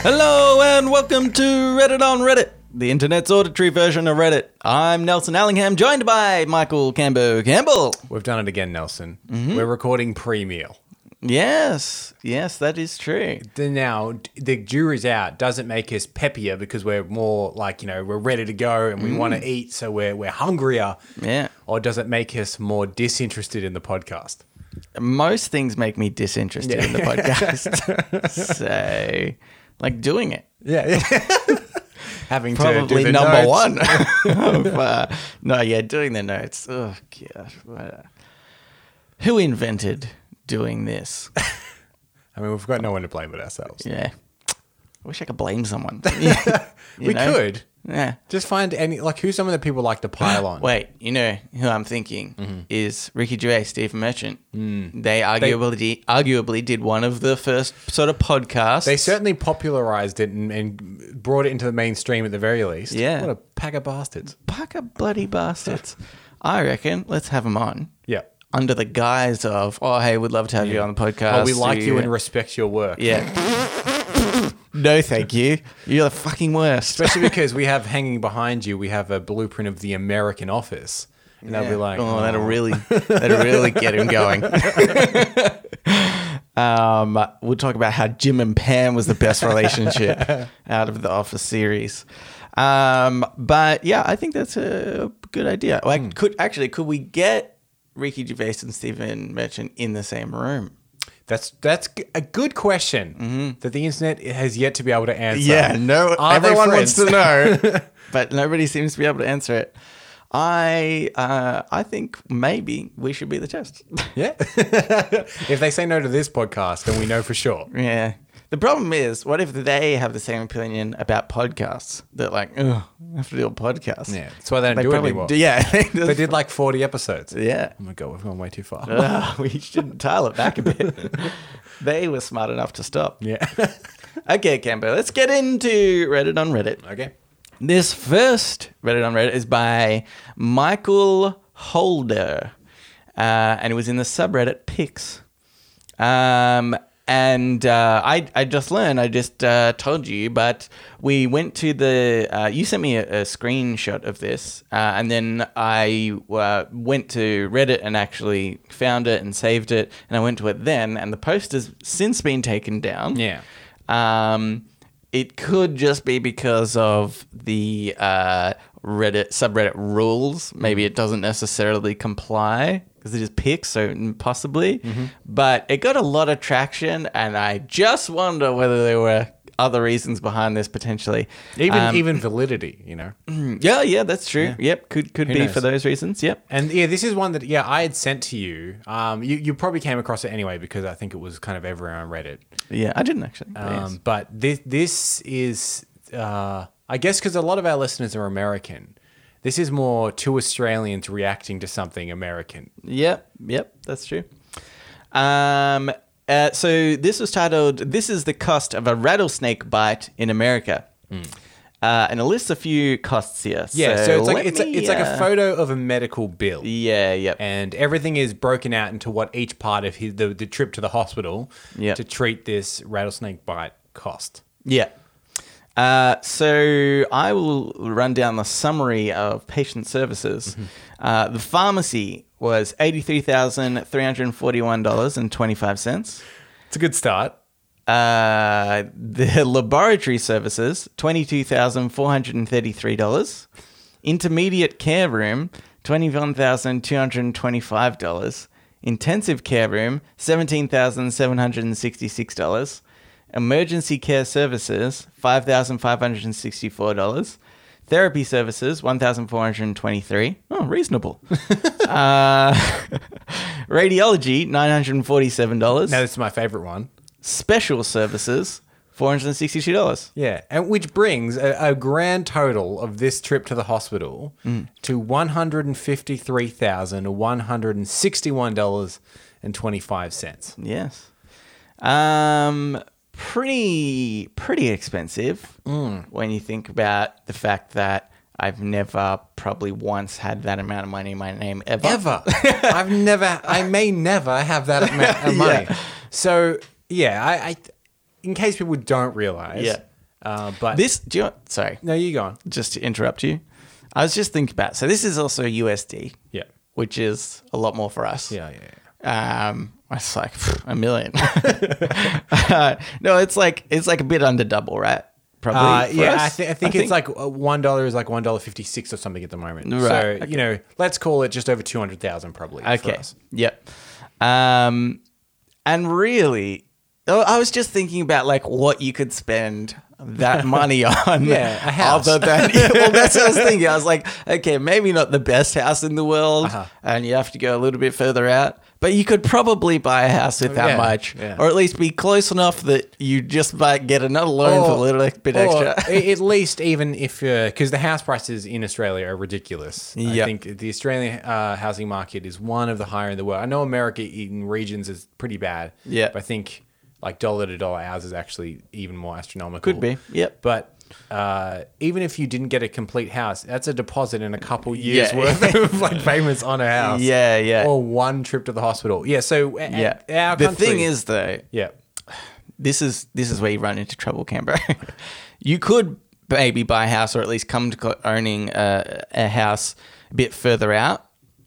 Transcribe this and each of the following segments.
Hello and welcome to Reddit on Reddit, the internet's auditory version of Reddit. I'm Nelson Allingham, joined by Michael Cambo Campbell. We've done it again, Nelson. We're recording pre-meal. Yes, yes, that is true. The- Now, d- the jury's out. Doesn't make us peppier because we're more like, you know, we're ready to go and we want to eat, so we're, we're hungrier. Yeah. Or does it make us more disinterested in the podcast? Most things make me disinterested in the podcast. so, like doing it. Yeah. Having to do Probably the number notes. one. of, uh, no, yeah, doing the notes. Oh, God. What a- Who invented doing this? I mean, we've got no one to blame but ourselves. Yeah. I wish I could blame someone. we could Yeah. just find any like who's someone that people like to pile on. Wait, you know who I'm thinking is Ricky Gervais, Stephen Merchant. Mm-hmm. Mm. They arguably arguably did one of the first sort of podcasts. They certainly popularized it and, and brought it into the mainstream at the very least. Yeah. What a pack of bastards. pack of bloody bastards. I reckon let's have them on Yeah. under the guise of, oh hey, we'd love to have you on the podcast. Oh, we like you Yeah. and respect your work. yeah. no, thank you. You're the fucking worst. Especially because we have hanging behind you, we have a blueprint of the American office. And they'll be like, oh, that'll really, that'll really get him going. um, we'll talk about how Jim and Pam was the best relationship out of the Office series. Um, but yeah, I think that's a good idea. Like, could actually, could we get Ricky Gervais and Stephen Merchant in the same room? that's that's g- a good question that the internet has yet to be able to answer. Mm-hmm. no, Are they everyone wants to friends? know, but nobody seems to be able to answer it. I, uh, I think maybe we should be the test. Yeah. if they say no to this podcast, then we know for sure. Yeah. The problem is, what if they have the same opinion about podcasts? That like, oh, I have to do a podcast. Yeah. That's why they don't They do it probably anymore. do. Yeah. They did like 40 episodes. Yeah. Oh my God, we've gone way too far. Ugh, we shouldn't dial it back a bit. they were smart enough to stop. Yeah. Okay, Cambo, let's get into Reddit on Reddit. okay. This first Reddit on Reddit is by Michael Holder, uh, and it was in the subreddit Pix. Um, and uh, I, I just learned, I just uh, told you, but we went to the. Uh, you sent me a, a screenshot of this, uh, and then I uh, went to Reddit and actually found it and saved it, and I went to it then, and the post has since been taken down. Yeah. Um, it could just be because of the uh, Reddit subreddit rules. Maybe Mm-hmm. it doesn't necessarily comply because it is pics, so mm, possibly. Mm-hmm. But it got a lot of traction, and I just wonder whether there were other reasons behind this potentially. Even Um, even validity, you know. yeah, yeah, that's true. Yep, could could be knows? for those reasons. Yep. And yeah, this is one that yeah I had sent to you. Um, you you probably came across it anyway because I think it was kind of everywhere on Reddit. Yeah, I didn't actually. but Oh, yes. Um, But this this is uh, I guess because a lot of our listeners are American. This is more two Australians reacting to something American. Yep, yep, that's true. Um, uh, so this was titled "This is the cost of a rattlesnake bite in America," uh, and it lists a few costs here. Hmm. Yeah, so, it's like let it's, a, me, it's like uh, a photo of a medical bill. Yeah, yep, and everything is broken out into what each part of his, the, the trip to the hospital Yeah. to treat this rattlesnake bite cost. yeah. Uh, so I will run down the summary of patient services. Mm-hmm. Uh, the pharmacy was eighty-three thousand three hundred forty-one dollars and twenty-five cents. It's a good start. Uh, the laboratory services, $22,433. Intermediate care room, $21,225. Intensive care room, $17,766. Emergency care services, $5,564. Therapy services, 1,423. Oh, reasonable. uh, radiology, $947 Now this is my favorite one. special services, four hundred and sixty-two dollars. Yeah, and which brings a, a grand total of this trip to the hospital to one hundred and fifty-three thousand one hundred and sixty-one dollars and twenty-five cents. Yes. Um, pretty pretty expensive Hmm. when you think about the fact that I've never probably once had that amount of money in my name ever. Ever, I've never, I may never have that amount of money. So yeah, I, I, in case people don't realize, Yeah. Uh, but This, do you know, sorry, no, you go on. just to interrupt you. I was just thinking about, so this is also USD, Yeah, which is a lot more for us. yeah, yeah. yeah. Um, I was like pff, a million. Uh, no, it's like it's like a bit under double, right? Probably. Uh, for yeah, us. I, thi- I think it's like uh, one dollar is like one dollar fifty six or something at the moment. Right, So you know, let's call it just over two hundred thousand probably. for Okay. us. Yep. Um, and really, oh, I was just thinking about like what you could spend that money on. Yeah, a house. Other than well, that's what I was thinking. I was like, okay, maybe not the best house in the world, Uh-huh. and you have to go a little bit further out. But you could probably buy a house with that Oh, Yeah, much, yeah. or at least be close enough that you just might get another loan for a little bit Oh, or extra. a- at least even if because the house prices in Australia are ridiculous. Yeah. I think the Australian uh, housing market is one of the higher in the world. I know America in regions is pretty bad. Yeah. but I think like dollar to dollar ours is actually even more astronomical. Could be. Yep. But uh, even if you didn't get a complete house, that's a deposit in a couple years Yeah. worth of like payments on a house. Yeah, yeah. Or one trip to the hospital. Yeah. So a- yeah. a- our the country- thing is, though, yeah, this is this is where you run into trouble, Canberra. you could maybe buy a house or at least come to co- owning a, a house a bit further out.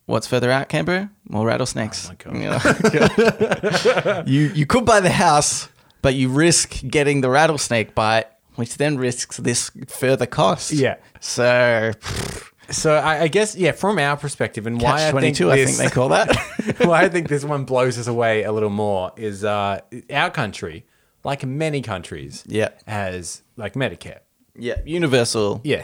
What's further out, Canberra? More rattlesnakes. Oh my Yeah. you you could buy the house, but you risk getting the rattlesnake bite, which then risks this further cost. Yeah. So So I, I guess yeah, from our perspective, and why catch I twenty think, two, I think this, they call that. why I think this one blows us away a little more is uh, our country, like many countries, Yeah. has like Medicare. yeah. Universal. Yeah,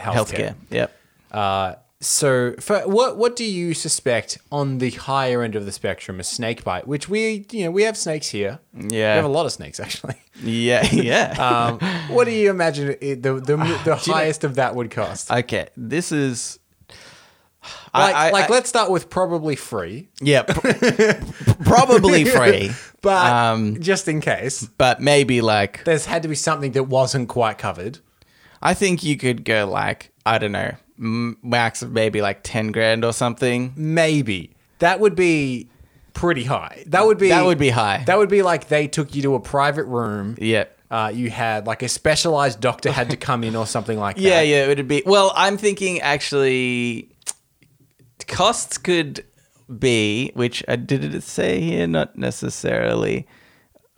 Healthcare. healthcare. Yep. Uh, so for, what what do you suspect on the higher end of the spectrum? A snake bite, which we you know we have snakes here. Yeah. we have a lot of snakes actually. Yeah. Yeah. Um, what do you imagine it, the the, the highest of that would cost? okay. This is. like, like let's start with probably free, Yeah, pr- probably free, but Um, just in case, but maybe like there's had to be something that wasn't quite covered. I think you could go like I don't know, m- max of maybe like ten grand or something. Maybe that would be pretty high. That would be That would be high. That would be like they took you to a private room. Yep. Uh, you had like a specialized doctor had to come in or something like Yeah, that. yeah, it would be. Well, I'm thinking actually, costs could be, which I did it say here, not necessarily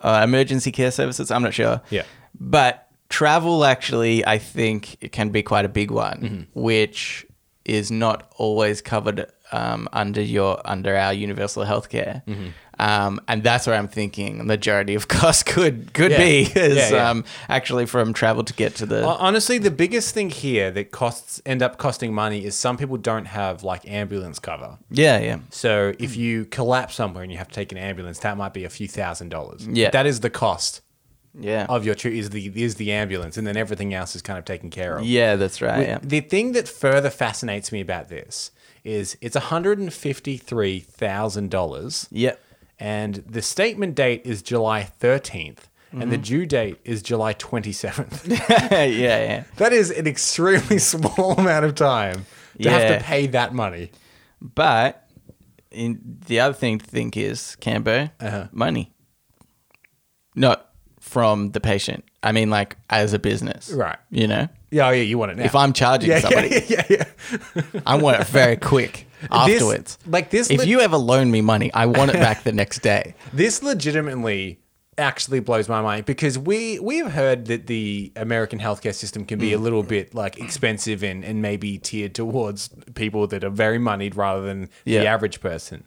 uh, emergency care services. I'm not sure. Yeah. but travel actually, I think it can be quite a big one, Mm-hmm. which is not always covered um, under your under our universal healthcare. Mm-hmm. Um, and that's where I'm thinking the majority of costs could could Yeah. be is Yeah, yeah. Uh, Um, actually from travel to get to the Hon- Honestly, the biggest thing here that costs end up costing money is some people don't have like ambulance cover. yeah yeah So if you collapse somewhere and you have to take an ambulance, that might be a few thousand dollars. Yeah. that is the cost Yeah. of your trip is the is the ambulance, and then everything else is kind of taken care of. yeah, that's right. yeah. The thing that further fascinates me about this is it's one hundred and fifty three thousand dollars. Yep. and the statement date is July thirteenth. And the Mm-hmm. due date is July 27th. yeah, yeah. that is an extremely small amount of time to have Yeah. to pay that money. But in, the other thing to think is, Cambo, Uh-huh. money. Not from the patient. I mean, like, as a business. Right. You know? Yeah, oh yeah, you want it now. If I'm charging yeah, somebody, yeah, yeah, yeah, I want it very quick This- afterwards. like this If lit- you ever loan me money, I want it back the next day. This legitimately actually blows my mind because we we've heard that the American healthcare system can Mm. be a little bit like expensive and, and maybe tiered towards people that are very moneyed rather than Yeah. the average person.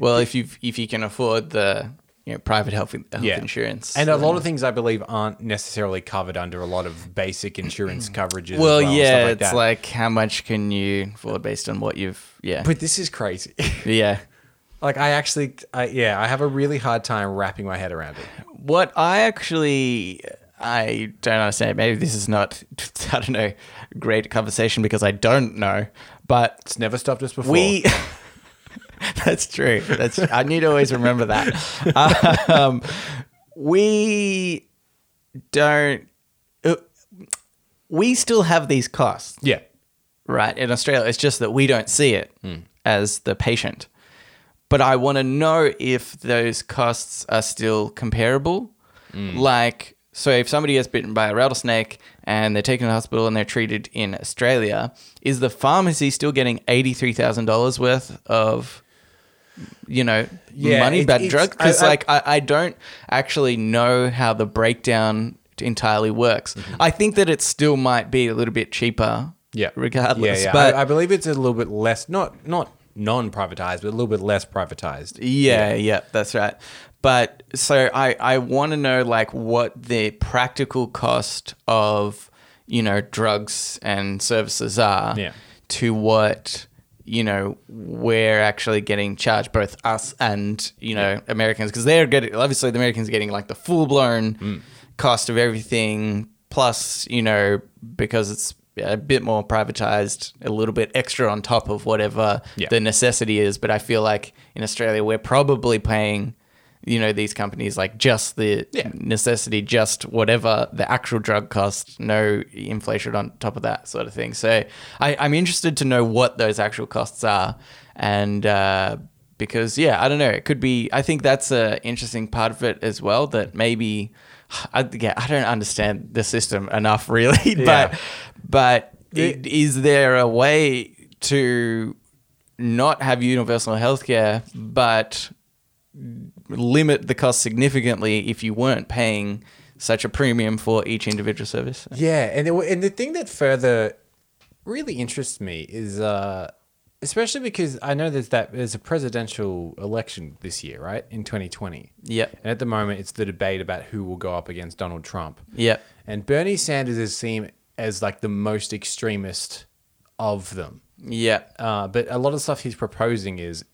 well, if you if you can afford the you know, private health, health Yeah. insurance. And a lot of things I believe aren't necessarily covered under a lot of basic insurance coverages. as Mm. well, and yeah, stuff it's that. like how much can you afford based on what you've, yeah, But this is crazy. yeah. like I actually, I, yeah, I have a really hard time wrapping my head around it. What I actually I don't understand. Maybe this is not I don't know great conversation because I don't know. But It's never stopped us before. we that's true. That's I need to always remember that. Um, we don't. uh, We still have these costs, yeah, right? In Australia, it's just that we don't see it Hmm. as the patient. But I Hmm. want to know if those costs are still comparable. Like, So if somebody gets bitten by a rattlesnake and they're taken to the hospital and they're treated in Australia, is the pharmacy still getting eighty-three thousand dollars worth of, you know, Yeah, money it- bad it's- drug? Because I- I- like I, I don't actually know how the breakdown entirely works. I think that it still might be a little bit cheaper. Mm-hmm. Yeah. Regardless, Yeah, yeah. but I, I believe it's a little bit less, not not non-privatized, but a little bit less privatized. Yeah, yeah, that's right. But so I, I want to know like what the practical cost of you know drugs and services are Yeah. to what you know we're actually getting charged both us and you know Americans because they're getting obviously the Americans are getting like the full blown Mm. cost of everything plus you know because it's a bit more privatized a little bit extra on top of whatever Yeah. the necessity is, but I feel like in Australia we're probably paying, you know, these companies like just the Yeah. necessity, just whatever the actual drug cost, no inflation on top of that sort of thing. So I, I'm interested to know what those actual costs are, and uh, because yeah, I don't know, it could be. I think that's a interesting part of it as well that maybe. I, yeah, I don't understand the system enough, really, Yeah. but but i- is there a way to not have universal healthcare but limit the cost significantly if you weren't paying such a premium for each individual service? Yeah, and it, wa- and the thing that further really interests me is, uh, especially because I know there's that there's a presidential election this year, right in 2020. Yep. And at the moment, it's the debate about who will go up against Donald Trump. Yep. And Bernie Sanders is seen as like the most extremist of them. Yep. Uh, but a lot of stuff he's proposing is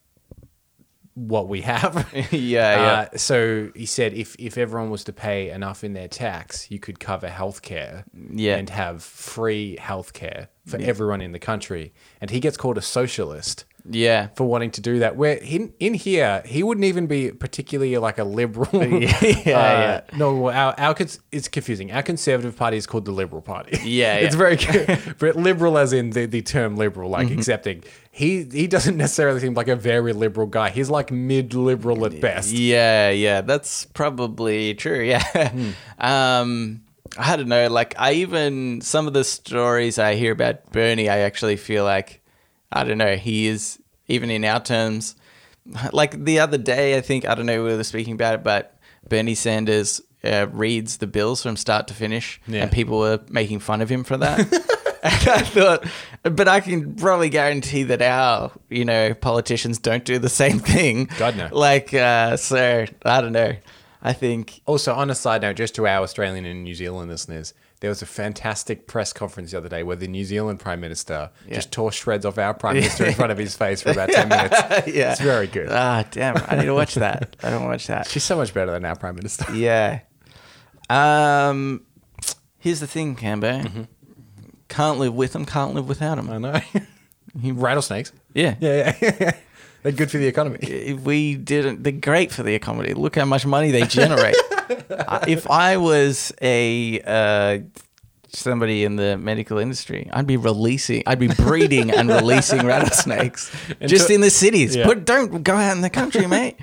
what we have. Yeah, yeah. Uh, so he said if, if everyone was to pay enough in their tax, you could cover healthcare Yeah. and have free healthcare for everyone in the country. And he gets called a socialist Yeah. for wanting to do that. Where in, in here, he wouldn't even be particularly like a liberal. yeah, yeah. No, well, our, our cons- it's confusing. Our conservative party is called the Liberal Party. Yeah, it's yeah. very co- but liberal as in the, the term liberal, Mm-hmm. like accepting. He he doesn't necessarily seem like a very liberal guy. He's like mid liberal at best. Yeah, yeah, that's probably true. Yeah. Um, I don't know. Like, I even, some of the stories I hear about Bernie, I actually feel like, I don't know, he is, even in our terms, like the other day, I think, I don't know, we were speaking about it, but Bernie Sanders uh, reads the bills from start to finish, Yeah. and people were making fun of him for that. And I thought, but I can probably guarantee that our, you know, politicians don't do the same thing. God, no. Like, uh, so I don't know. I think, Also, on a side note, just to our Australian and New Zealand listeners, there was a fantastic press conference the other day where the New Zealand Prime Minister just tore shreds off our Prime Minister in front of his face for about 10 minutes. yeah, It's very good. Ah, damn, I need to watch that. I don't watch that. She's so much better than our Prime Minister. Yeah. Um, here's the thing, Cambo. Mm-hmm. Can't live with them. Can't live without them. I know. Rattlesnakes. Yeah. Yeah, yeah. They're good for the economy. If we didn't, they're great for the economy. Look how much money they generate. I- if I was a uh, somebody in the medical industry, I'd be releasing, I'd be breeding and releasing rattlesnakes just to- in the cities. Yeah. But don't go out in the country, mate.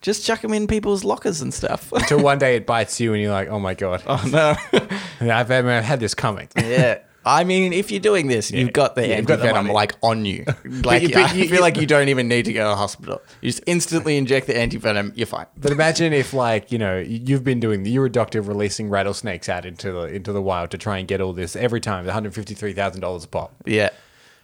Just chuck them in people's lockers and stuff. Till one day it bites you and you're like, oh my God. oh no. I've, I've had this coming. yeah. I mean, if you're doing this, you've got the Yeah, you've got the antivenom money. like on you. Like, you- but I you- feel like you don't even need to go to the hospital. You just instantly inject the antivenom, you're fine. But imagine if, like, you know, you've been doing, you're a doctor releasing rattlesnakes out into the into the wild to try and get all this every time, $153,000 a pop. Yeah.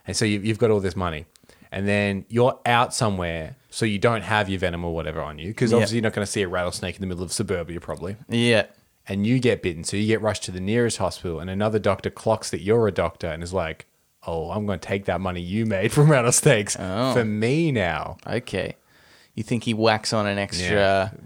And so you've, you've got all this money. And then you're out somewhere, so you don't have your venom or whatever on you, because Yeah. obviously you're not going to see a rattlesnake in the middle of suburbia, probably. Yeah. And you get bitten, so you get rushed to the nearest hospital, and another doctor clocks that you're a doctor and is like, oh, I'm going to take that money you made from rattlesnakes Oh. for me now. Okay. You think he whacks on an extra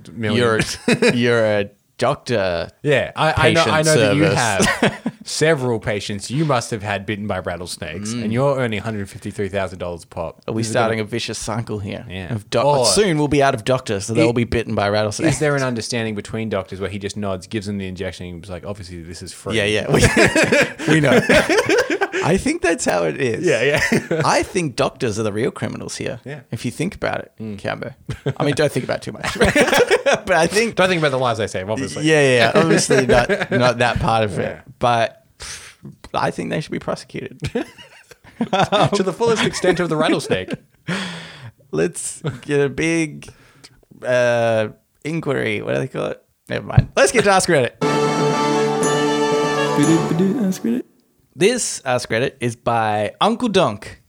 Yeah. Million. You're, you're a doctor. Yeah, I, I know, I know Patient that you service. have. several patients you must have had bitten by rattlesnakes, and you're earning one hundred fifty three thousand dollars a pop. Mm. Are we starting a vicious cycle here? Yeah. Of doc- Or- soon we'll be out of doctors, so they'll be bitten by rattlesnakes. Is there an understanding between doctors where he just nods, gives them the injection, and was like, obviously this is free? yeah, yeah. We, we know. I think that's how it is. yeah, yeah. I think doctors are the real criminals here. Yeah. Mm. If you think about it, Cambo. I mean, don't think about it too much. but I think, Don't think about the lies they save, obviously. yeah, yeah, yeah. obviously not not that part of Yeah. it, but I think they should be prosecuted. to the fullest extent of the rattlesnake. Let's get a big uh, inquiry. What do they call it? Never mind. Let's get to Ask Reddit. Ask Reddit. This Ask Reddit is by Uncle Donk.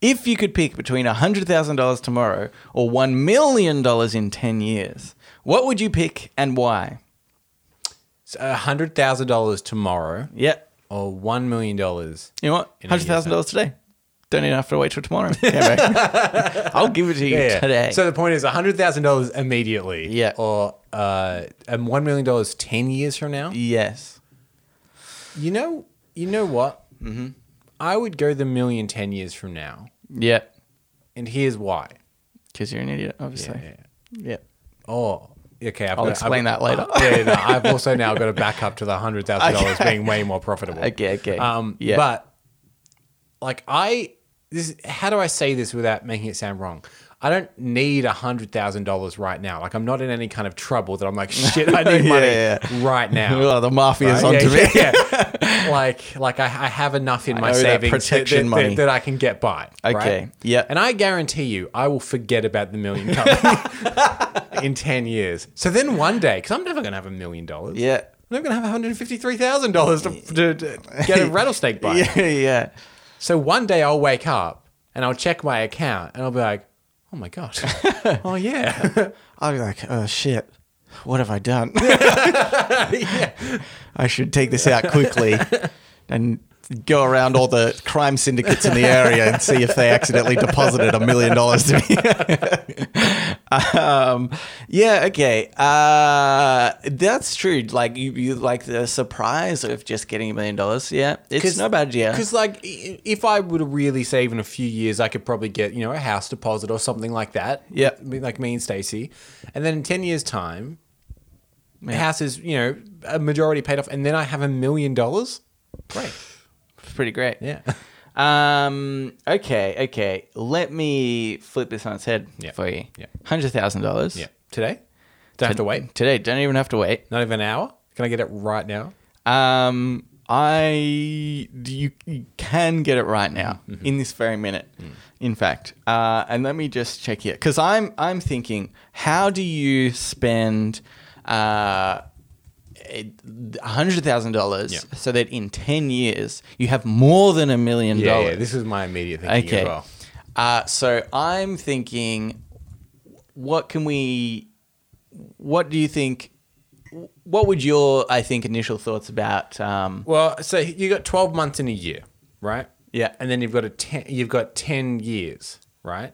If you could pick between $100,000 tomorrow or $1 million in 10 years, what would you pick and why? So hundred thousand dollars tomorrow, Yeah. or one million dollars. You know what? In a year's time. $100,000 today. Don't even have to wait till tomorrow. Yeah, mate. I'll give it to you today. So the point is hundred thousand dollars immediately. Yeah. Or uh, and one million dollars ten years from now. yes. You know. You know what? Mm-hmm. I would go the million ten years from now, Yeah. and here's why. Because you're an idiot, obviously. Yeah. Yeah. Oh. Okay, I've I'll got- explain I've- that later. yeah, no, I've also now got to back up to the hundred thousand dollars Okay. being way more profitable. Okay, okay. Um, Yeah. But like I, this how do I say this without making it sound wrong? I don't need a hundred thousand dollars right now. Like I'm not in any kind of trouble that I'm like shit. I need Yeah, money yeah. right now. Oh, the mafia's Right? onto yeah, me. yeah, yeah. like, like I, I have enough in I my owe that savings that- protection that, money. that, I can get by. right? Okay, yeah. And I guarantee you, I will forget about the million coming in ten years. So then one day, because I'm never gonna have a million dollars. Yeah. I'm never gonna have one hundred fifty three thousand dollars to to- to get a rattlesnake bite. Yeah, yeah. So one day I'll wake up and I'll check my account and I'll be like, oh my god, oh yeah, I'll be like, oh shit, what have I done? I should take this out quickly and go around all the crime syndicates in the area and see if they accidentally deposited a million dollars to me. um, yeah, okay. Uh, that's true. Like you, you like the surprise of just getting a million dollars. Yeah, it's not a bad idea. Because like, i- if I were to really save in a few years, I could probably get you know a house deposit or something like that. Yeah. Me- like me and Stacey, and then in ten years' time, the house is you know a majority paid off, and then I have a million dollars. Great, It's pretty great. yeah. Um. Okay. Okay. Let me flip this on its head Yeah. for you. Yeah. Hundred thousand dollars. Yeah, today don't have to wait. Today, don't even have to wait. Not even an hour. Can I get it right now? Um. I do- you, you can get it right now Mm-hmm. in this very minute. Mm. In fact, uh, and let me just check here because I'm I'm thinking, how do you spend uh, hundred thousand Yeah. dollars so that in ten years you have more than a million Yeah, dollars? yeah. This is my immediate thinking Okay. as well. Uh, so I'm thinking, what can we? What do you think? What would your, I think, initial thoughts about? Um, Well, so you got 12 months in a year, right? Yeah. And then you've got a 10 you've got 10 years, right?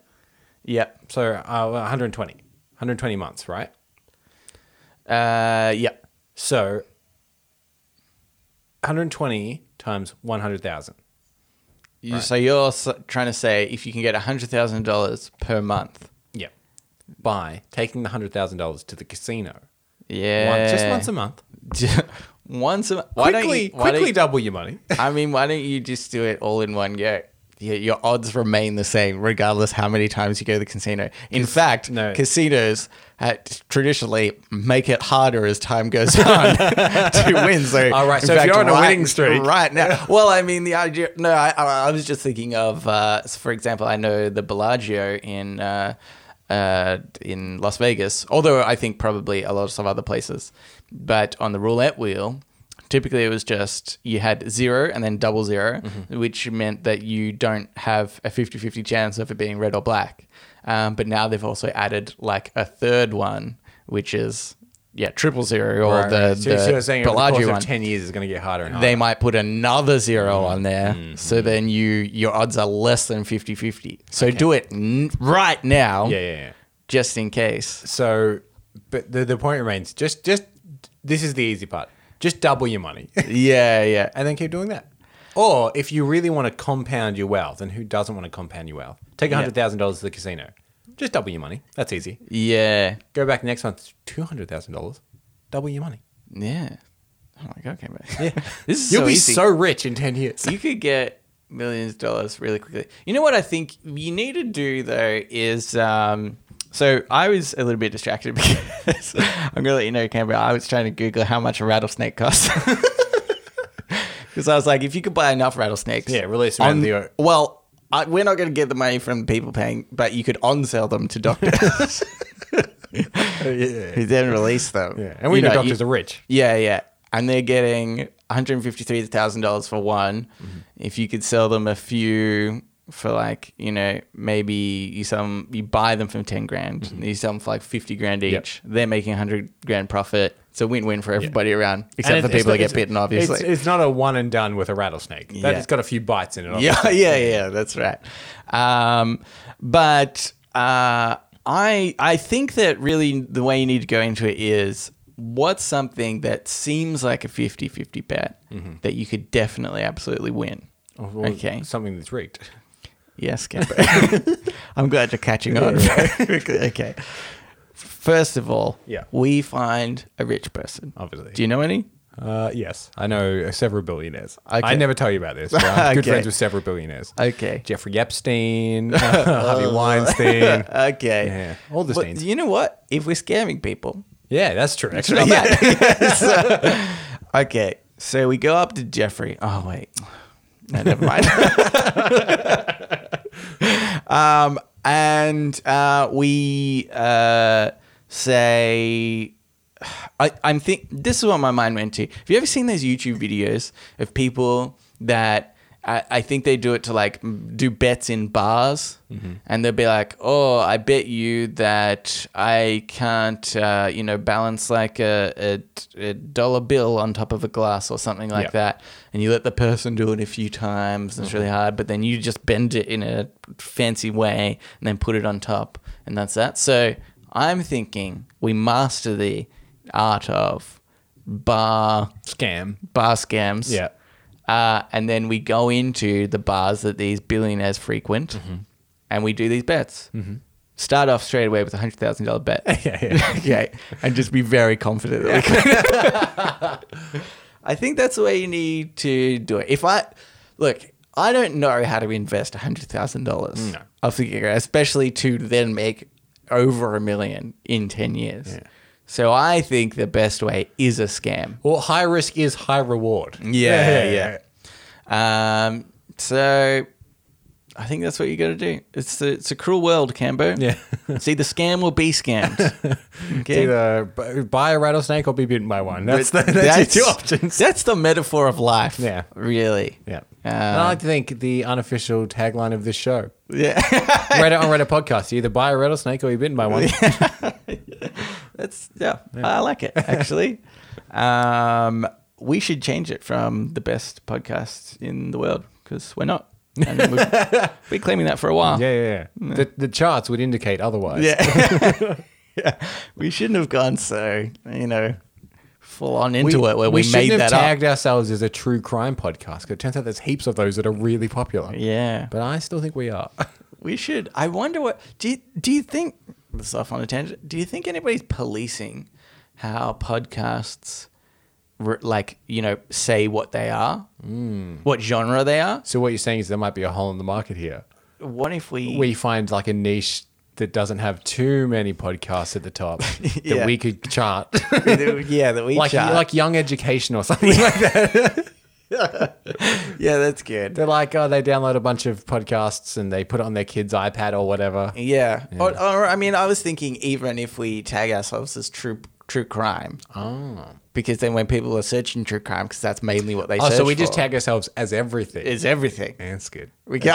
yeah, So uh, 120 120 months, right? uh, yeah, So 120 times 100,000. you, so you're s- trying to say if you can get hundred thousand dollars per month, Yeah. By taking the $100,000 to the casino. yeah, Once, just once a month. month. once a month. Why don't Quickly, you, why quickly don't double your money. you- I mean, why don't you just do it all in one go? Yeah, your odds remain the same regardless how many times you go to the casino. In fact, no. casinos uh, traditionally make it harder as time goes on to win. So, All right, in so if fact, you're on a right- winning streak. right now. Well, I mean, the idea. No, I, I I was just thinking of, uh, for example, I know the Bellagio in uh, uh, in Las Vegas, although I think probably a lot of other places. But on the roulette wheel, typically it was just you had zero and then double 0 Mm-hmm. which meant that you don't have a 50-50 chance of it being red or black. Um, but now they've also added like a third one, which is yeah triple zero or Right, the, right. the so you're saying over the Bellagio course of one 10 years is going to get harder and harder. they might put another 0 Mm-hmm. on there so then you your odds are less than 50-50 so do it n- right now yeah, yeah, yeah. just in case So, but the, the point remains. Just, just this is the easy part. Just double your money Yeah, yeah. and then keep doing that. Or if you really want to compound your wealth, and who doesn't want to compound your wealth? Take hundred thousand dollars to the casino. Just double your money. That's easy. Yeah. Go back next month, two hundred thousand dollars. Double your money. Yeah. Oh my god, okay, bro. Yeah. This is You'll so be easy. so rich in ten years. you could get millions of dollars really quickly. You know what I think you need to do though is um, so I was a little bit distracted because I'm gonna let you know, Canberra. I was trying to Google how much a rattlesnake costs. Because I was like, if you could buy enough rattlesnakes, Yeah, release them out in the uh, o- Well, I, we're not going to get the money from people paying, but you could on sell them to doctors yeah. who then release them. And we You know, you- doctors are rich. yeah, yeah. And they're getting $153,000 for one. Mm-hmm. If you could sell them a few for like, you know, maybe you sell 'em- you buy them for 10 grand, you sell them for like 50 grand each. Mm-hmm. Yep. They're making 100 grand profit. It's a win win for everybody around, except And for it's- people that it's- get bitten, it's- obviously. It's, not a one and done with a rattlesnake. That's Yeah. got a few bites in it. obviously. yeah, yeah, yeah, that's right. Um, but uh, I I think that really the way you need to go into it is what's something that seems like a 50-50 bet Mm-hmm. that you could definitely absolutely win. Or- or okay. Something that's rigged. Yes, Gabby. I'm glad you're catching on. okay. First of all, Yeah. we find a rich person. Obviously. Do you know any? Uh, yes, I know uh, several billionaires. I Okay. never tell you about this. But I'm good Okay. friends with several billionaires. Okay. Uh. Jeffrey Epstein, Harvey Weinstein. Okay. Yeah, all the But stains. you know what? If we're scamming people, Yeah, that's true. Actually, Not bad. So- okay, so we go up to Jeffrey. Oh wait, no, never mind. um, and uh, we uh, say. I, I'm think this is what my mind went to. Have you ever seen those YouTube videos of people that I, I think they do it to like m- do bets in bars, and they'll be like, "Oh, I bet you that I can't, uh, you know, balance like a, a t- a dollar bill on top of a glass or something like Yeah. that," and you let the person do it a few times. And It's Mm-hmm. really hard, but then you just bend it in a fancy way and then put it on top, and that's that. So I'm thinking we master the art of bar scam. bar scams. Yeah. Uh, and then we go into the bars that these billionaires frequent, Mm-hmm. and we do these bets. Start off straight away with a hundred thousand dollar bet. Yeah, yeah. okay, and just be very confident. That we can. I think that's the way you need to do it. If I look, I don't know how to invest hundred thousand dollars. No. I'll figure, especially to then make over a million in ten years. Yeah. So I think the best way is a scam. Well, high risk is high reward. Yeah, yeah. Um, so I think that's what you got to do. It's the, it's a cruel world, Cambo. Yeah. it's either scam or be scammed. Okay. Either bu- buy a rattlesnake or be bitten by one. That's the, But that's, your two options. That's the metaphor of life. Yeah. Really. Yeah. Um, and I like to think the unofficial tagline of this show. yeah. Reddit on Reddit podcast. You either buy a rattlesnake or you're bitten by one. that's yeah, I like it actually. um, we should change it from the best podcast in the world because we're not. And we've been claiming that for a while. Yeah, yeah, yeah. The, the charts would indicate otherwise. Yeah. yeah. We shouldn't have gone so, you know, full on into it where we, shouldn't made have that up. tagged ourselves as a true crime podcast. 'cause It turns out there's heaps of those that are really popular. Yeah. But But I still think we are. we should. I wonder what do you, do you think this is off on a tangent. Do you think anybody's policing how podcasts re- like, you know, say what they are? What genre they are? so what you're saying is there might be a hole in the market here. What if we We find like a niche that doesn't have too many podcasts at the top Yeah. that we could chart. yeah, that we like chart. like young education or something like that. yeah, that's good. They're like, oh, they download a bunch of podcasts and they put it on their kid's iPad or whatever. Yeah. Or, or I mean, I was thinking even if we tag ourselves as true true crime. Oh. because then when people are searching true crime, because that's mainly what they Oh, search so we just for, tag ourselves as everything. is everything. That's good. We get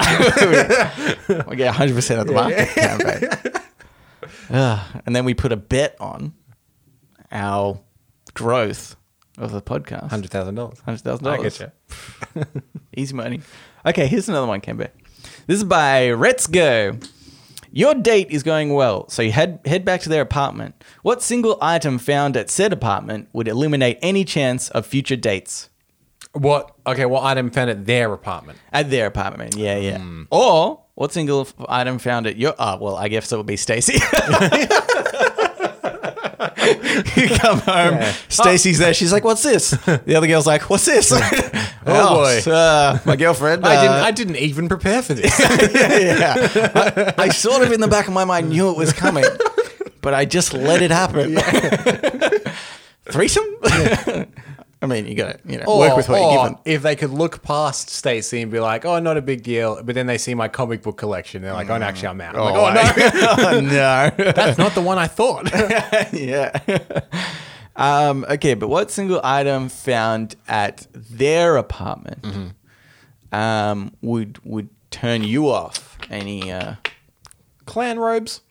we get 100 percent of the market, can't we? Ugh. and then we put a bet on our growth of the podcast. Hundred thousand dollars. Hundred thousand I get dollars, you. easy money. Okay, here's another one, Camber. This is by Retzko. Your date is going well, so you head head back to their apartment. What single item found at said apartment would eliminate any chance of future dates What? Okay, what item found at their apartment? at their apartment? Yeah, yeah. Or what single f- item found at your? Ah, well, I guess it would be Stacy. you come home, Stacy's there. She's like, "What's this?" The other girl's like, "What's this?" oh, boy. uh, my girlfriend. I uh, didn't. I didn't even prepare for this. yeah. I, I sort of in the back of my mind knew it was coming, but I just let it happen. Threesome? I mean, you got to you know work with what you're or given. If they could look past Stacey and be like, "Oh, not a big deal," but then they see my comic book collection, they're like, "Oh, no, actually, I'm out." I'm like, "Oh no, oh no! that's not the one I thought." yeah. Um, okay, but what single item found at their apartment um, would would turn you off? Any uh, Clan robes.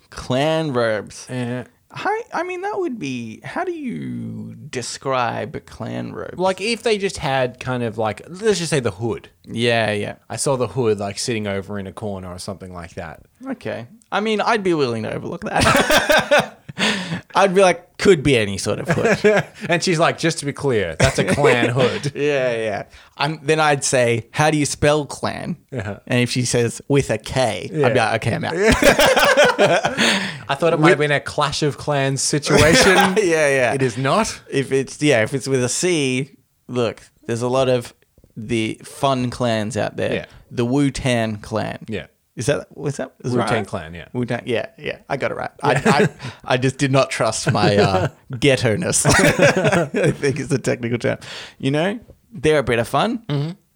eh. clan robes? Yeah. I, I mean, that would be. How do you describe clan robes? Like if they just had kind of like, let's just say the hood. Yeah, yeah. I saw the hood like sitting over in a corner or something like that. Okay. I mean, I'd be willing to overlook that. I'd be like, could be any sort of hood. and she's like, "Just to be clear, that's a clan hood." yeah, yeah. i then I'd say, how do you spell clan? Uh-huh. And if she says with a K, I'd be like, okay, I'm out. I thought it might have been a clash of clans situation. yeah, yeah. It is not. If it's yeah, if it's with a C, look, there's a lot of the fun clans out there. Yeah. The Wu Tan clan. Yeah. Is that was that is Wu-Tang right? Clan, yeah. Wu Tang. Yeah, yeah. I got it right. I, I, I just did not trust my uh, ghetto ness. I think it's a technical term. You know, they're a bit of fun.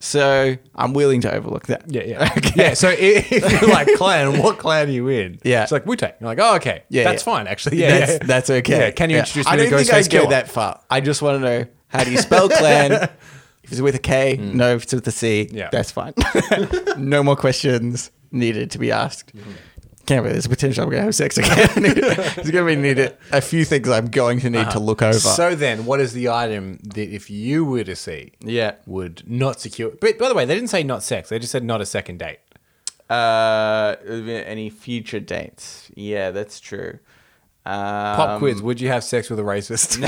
So I'm willing to overlook that. Mm-hmm. Yeah, yeah. Yeah, so i- if, if you're like clan, what clan are you in? Yeah. It's like Wu Tang. You're like, oh, okay. Yeah, Yeah. That's yeah. fine, actually. Yeah. that's, yeah. that's okay. Yeah, can you introduce I me don't to think I'd Ghostface go Killer? that far. I just want to know how do you spell clan? if it's with a K, no. If it's with a C, Yeah. that's fine. no more questions needed to be asked. Can't believe there's a potential I'm going to have sex again. There's going to be needed a few things I'm going to need to look over. So then, what is the item that if you were to see yeah. would not secure? But by the way, they didn't say not sex. They just said not a second date. Uh, any future dates? Yeah, that's true. Um, Pop quiz: Would you have sex with a racist? you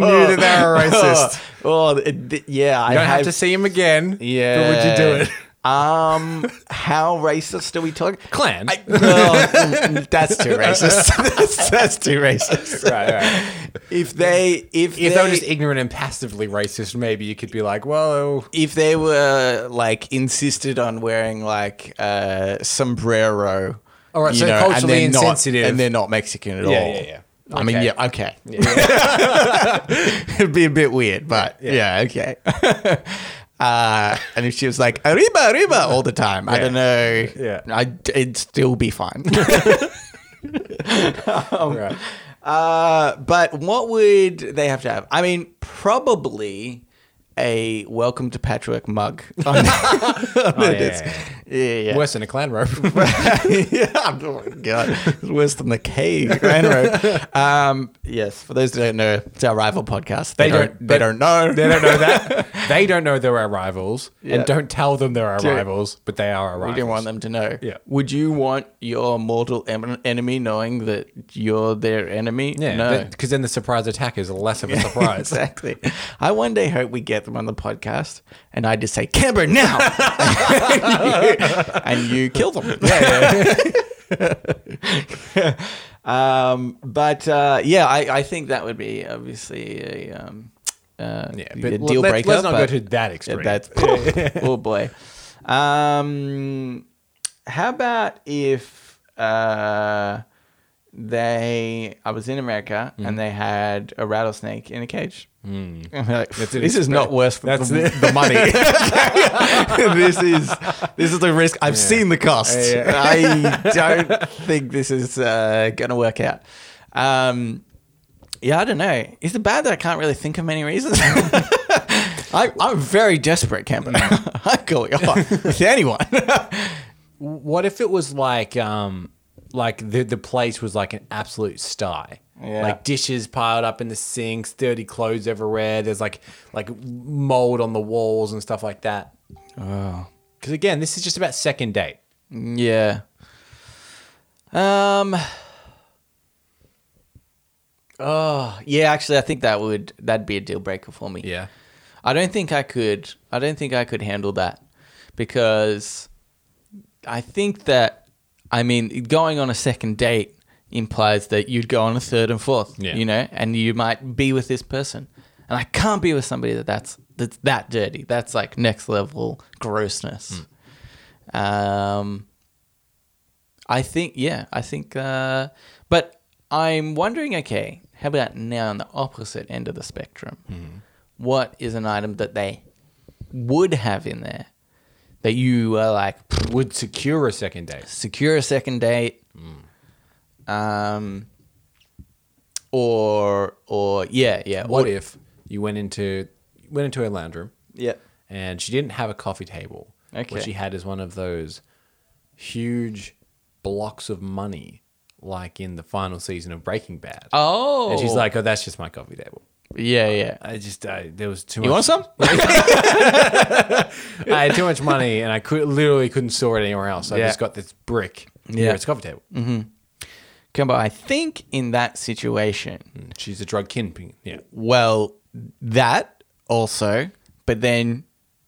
knew that they were racist. Oh, it- th- yeah. I You don't have, to see him again. Yeah. But would you do it? Um, how racist are we talking? Clan. I- no, mm, that's too racist. that's, that's too racist. right, right. If they, if, If they, they, were just ignorant and passively racist, maybe you could be like, well, if they were like insisted on wearing like uh sombrero, All right, so and culturally they're not- insensitive. and they're not Mexican at Yeah, all. yeah, yeah. I mean, Okay. yeah, okay. It'd be a bit weird, but yeah, okay. Uh, and if she was like "arriba, arriba" all the time, I don't know. Yeah. I, it'd still be fine. right. Uh, but what would they have to have? I mean, probably a welcome to Patchwork mug on, on yeah, their desk. Oh, Yeah, yeah. worse than a clan rope. yeah, oh my god, it's worse than the cave Grand Road. Um, yes, for those that don't know, it's our rival podcast. They, They don't, don't- they but- don't know. They don't know that. they don't know they're our rivals, Yeah. and don't tell them they're our Dude. rivals, but they are our we rivals. didn't want them to know. Yeah. Would you want your mortal em- enemy knowing that you're their enemy? yeah, no. because then the surprise attack is less of a surprise. Exactly. I one day hope we get them on the podcast and I just say, Camber now! and, you, and you kill them. um, but uh, yeah, I, I think that would be obviously a, um, uh, yeah, a but deal l- breaker. let's- Let's not go but- to that yeah, extreme. that's oh boy. Um, how about if uh, they? I was in America and they had a rattlesnake in a cage. I'm like, an this is not worth the, That's the, money. this is this is the risk. I've seen the cost. I don't think this is uh, going to work out. Um, yeah, I don't know. Is it bad that I can't really think of many reasons? I, I'm very desperate, Camper. I'm going on with anyone. what if it was like, um, like the the place was like an absolute sty. Yeah. Like dishes piled up in the sinks, dirty clothes everywhere. There's like like mold on the walls and stuff like that. oh. Because again, this is just about second date. Yeah. Um. Oh yeah, actually, I think that would that'd be a deal breaker for me. Yeah. I don't think I could. I don't think I could handle that because I think that I mean going on a second date implies that you'd go on a third and fourth. Yeah. You know, and you might be with this person, and I can't be with somebody that that's that's that dirty. That's like next level grossness. Um, I think yeah, I think. Uh, but I'm wondering, okay, how about now on the opposite end of the spectrum? What is an item that they would have in there that you are like "Pfft, Would secure a second date. secure a second date, um, or or yeah, yeah, What or, if you went into went into her lounge room yeah, and she didn't have a coffee table? Okay. What she had is one of those huge blocks of money, like in the final season of Breaking Bad. oh, And she's like, "Oh, that's just my coffee table. yeah, yeah. I just I, there was too You want much. some? I had too much money, and I could literally couldn't store it anywhere else. I Yeah. just got this brick. Yeah. Mm. Yeah, it's a coffee table. Kumbo, I think in that situation, She's a drug kingpin. Yeah, Well, that also, but then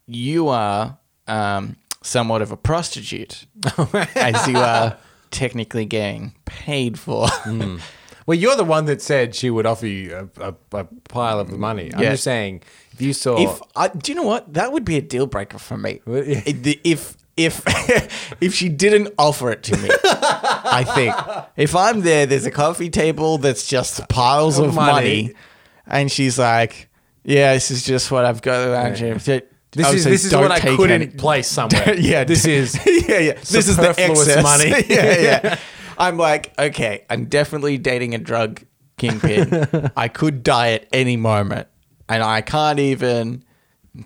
you are um, somewhat of a prostitute, as you are technically getting paid for. Well, you're the one that said she would offer you a, a, a pile of money. I'm Yeah. just saying, if you saw, If I, do you know what that would be a deal breaker for me? Oh. Would- yeah. If if if, if she didn't offer it to me, I think if I'm there, there's a coffee table that's just piles of money, Money. and she's like, "Yeah, this is just what I've got." around here." this would is say, this is "Don't what I take couldn't any- place somewhere. yeah, this is yeah, yeah. This is the Superfluous excess money. yeah, yeah. I'm like, okay, I'm definitely dating a drug kingpin. I could die at any moment, and I can't even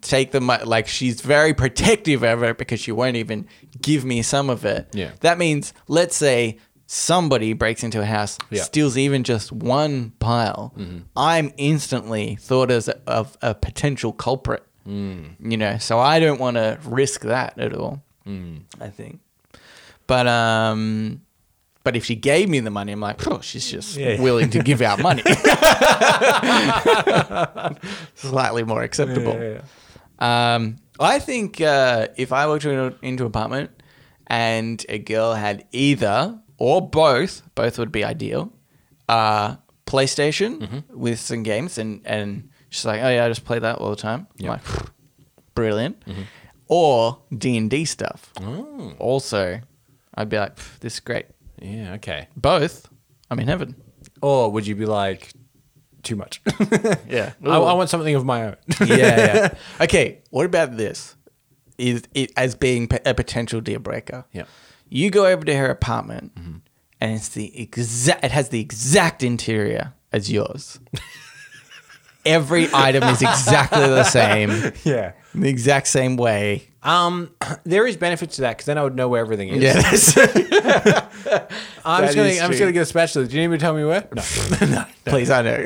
take the money. Like, she's very protective of it because she won't even give me some of it. Yeah. That means, let's say. Somebody breaks into a house, Yeah. steals even just one pile. I'm instantly thought as a, of a potential culprit. You know, so I don't want to risk that at all. I think. But um, but if she gave me the money, I'm like, oh, she's just Yeah. willing to give out money. Slightly more acceptable. Um, I think uh, if I walked into, into an apartment and a girl had either or both, both would be ideal. Uh, PlayStation Mm-hmm. with some games, and and she's like, oh yeah, I just play that all the time. I'm Yeah. like, brilliant. Or D and D stuff. Mm. Also, I'd be like, "Pff, this is great. Yeah, okay. Both, I'm in heaven. Or would you be like, too much? Yeah, I, I want something of my own. yeah, yeah. okay, what about this? Is it as being p- a potential deal breaker? Yeah. You go over to her apartment, and it's the exact. It has the exact interior as yours. Every item is exactly the same, yeah. the exact same way. Um, there is benefits to that because then I would know where everything is. Yes. I'm just that gonna, is true. I'm just gonna get a spatula. Do you need me to tell me where? No. Please, I know.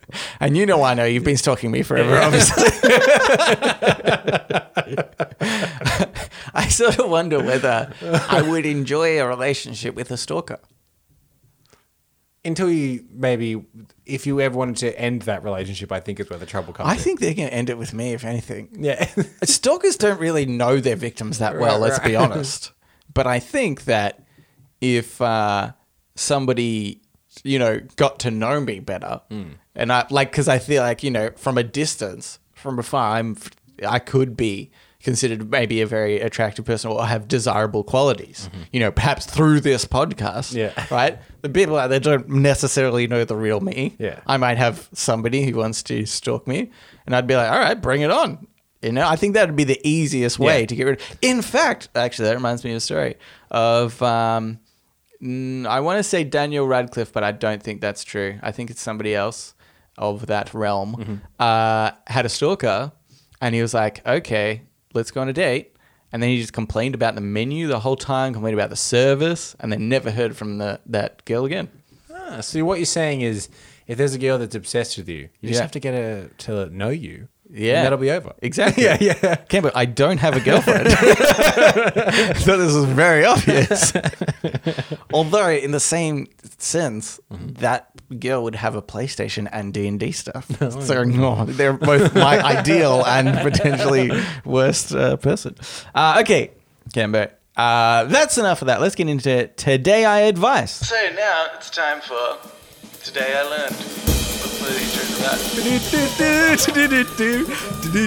and you know I know. You've been stalking me forever, obviously. I sort of wonder whether I would enjoy a relationship with a stalker. Until you maybe, if you ever wanted to end that relationship, I think is where the trouble comes. I in. think they're going to end it with me, if anything. Yeah. Stalkers don't really know their victims that well, Right, let's be right. honest. But I think that if uh, somebody, you know, got to know me better, Hmm. and I like, because I feel like, you know, from a distance, from afar, I'm, I could be considered maybe a very attractive person or have desirable qualities, you know, perhaps through this podcast. Mm-hmm. Yeah. Right? The people out there don't necessarily know the real me. Yeah. I might have somebody who wants to stalk me, and I'd be like, all right, bring it on. You know, I think that would be the easiest way Yeah. to get rid of. In fact, actually, that reminds me of a story of, um, mm, I want to say Daniel Radcliffe, but I don't think that's true. I think it's somebody else of that realm Mm-hmm. uh, had a stalker, and he was like, okay, let's go on a date. And then he just complained about the menu the whole time, complained about the service, and then never heard from the, that girl again. Uh, Ah, so what you're saying is, if there's a girl that's obsessed with you, you just Yeah. have to get her to know you. Yeah. And that'll be over. Exactly. Yeah, yeah. Can't believe I don't have a girlfriend. so this is very obvious. Although, in the same sense, that girl would have a PlayStation and D and D stuff. so no, they're both my ideal and potentially worst uh, person. Uh, okay, Cambo. Uh, that's enough of that. Let's get into today. I advice. So now it's time for Today I Learned. Please turn to that.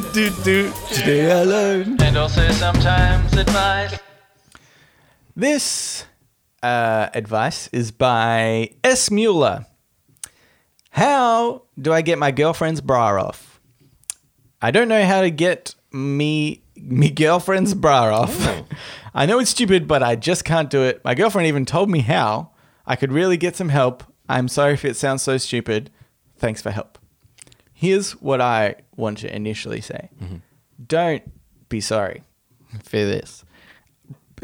Today I learned. And also sometimes advice. This uh, advice is by S. Mueller. How do I get my girlfriend's bra off? I don't know how to get me me girlfriend's bra off. I know it's stupid, but I just can't do it. My girlfriend even told me how. I could really get some help. I'm sorry if it sounds so stupid. Thanks for help. Here's what I want to initially say. Don't be sorry for this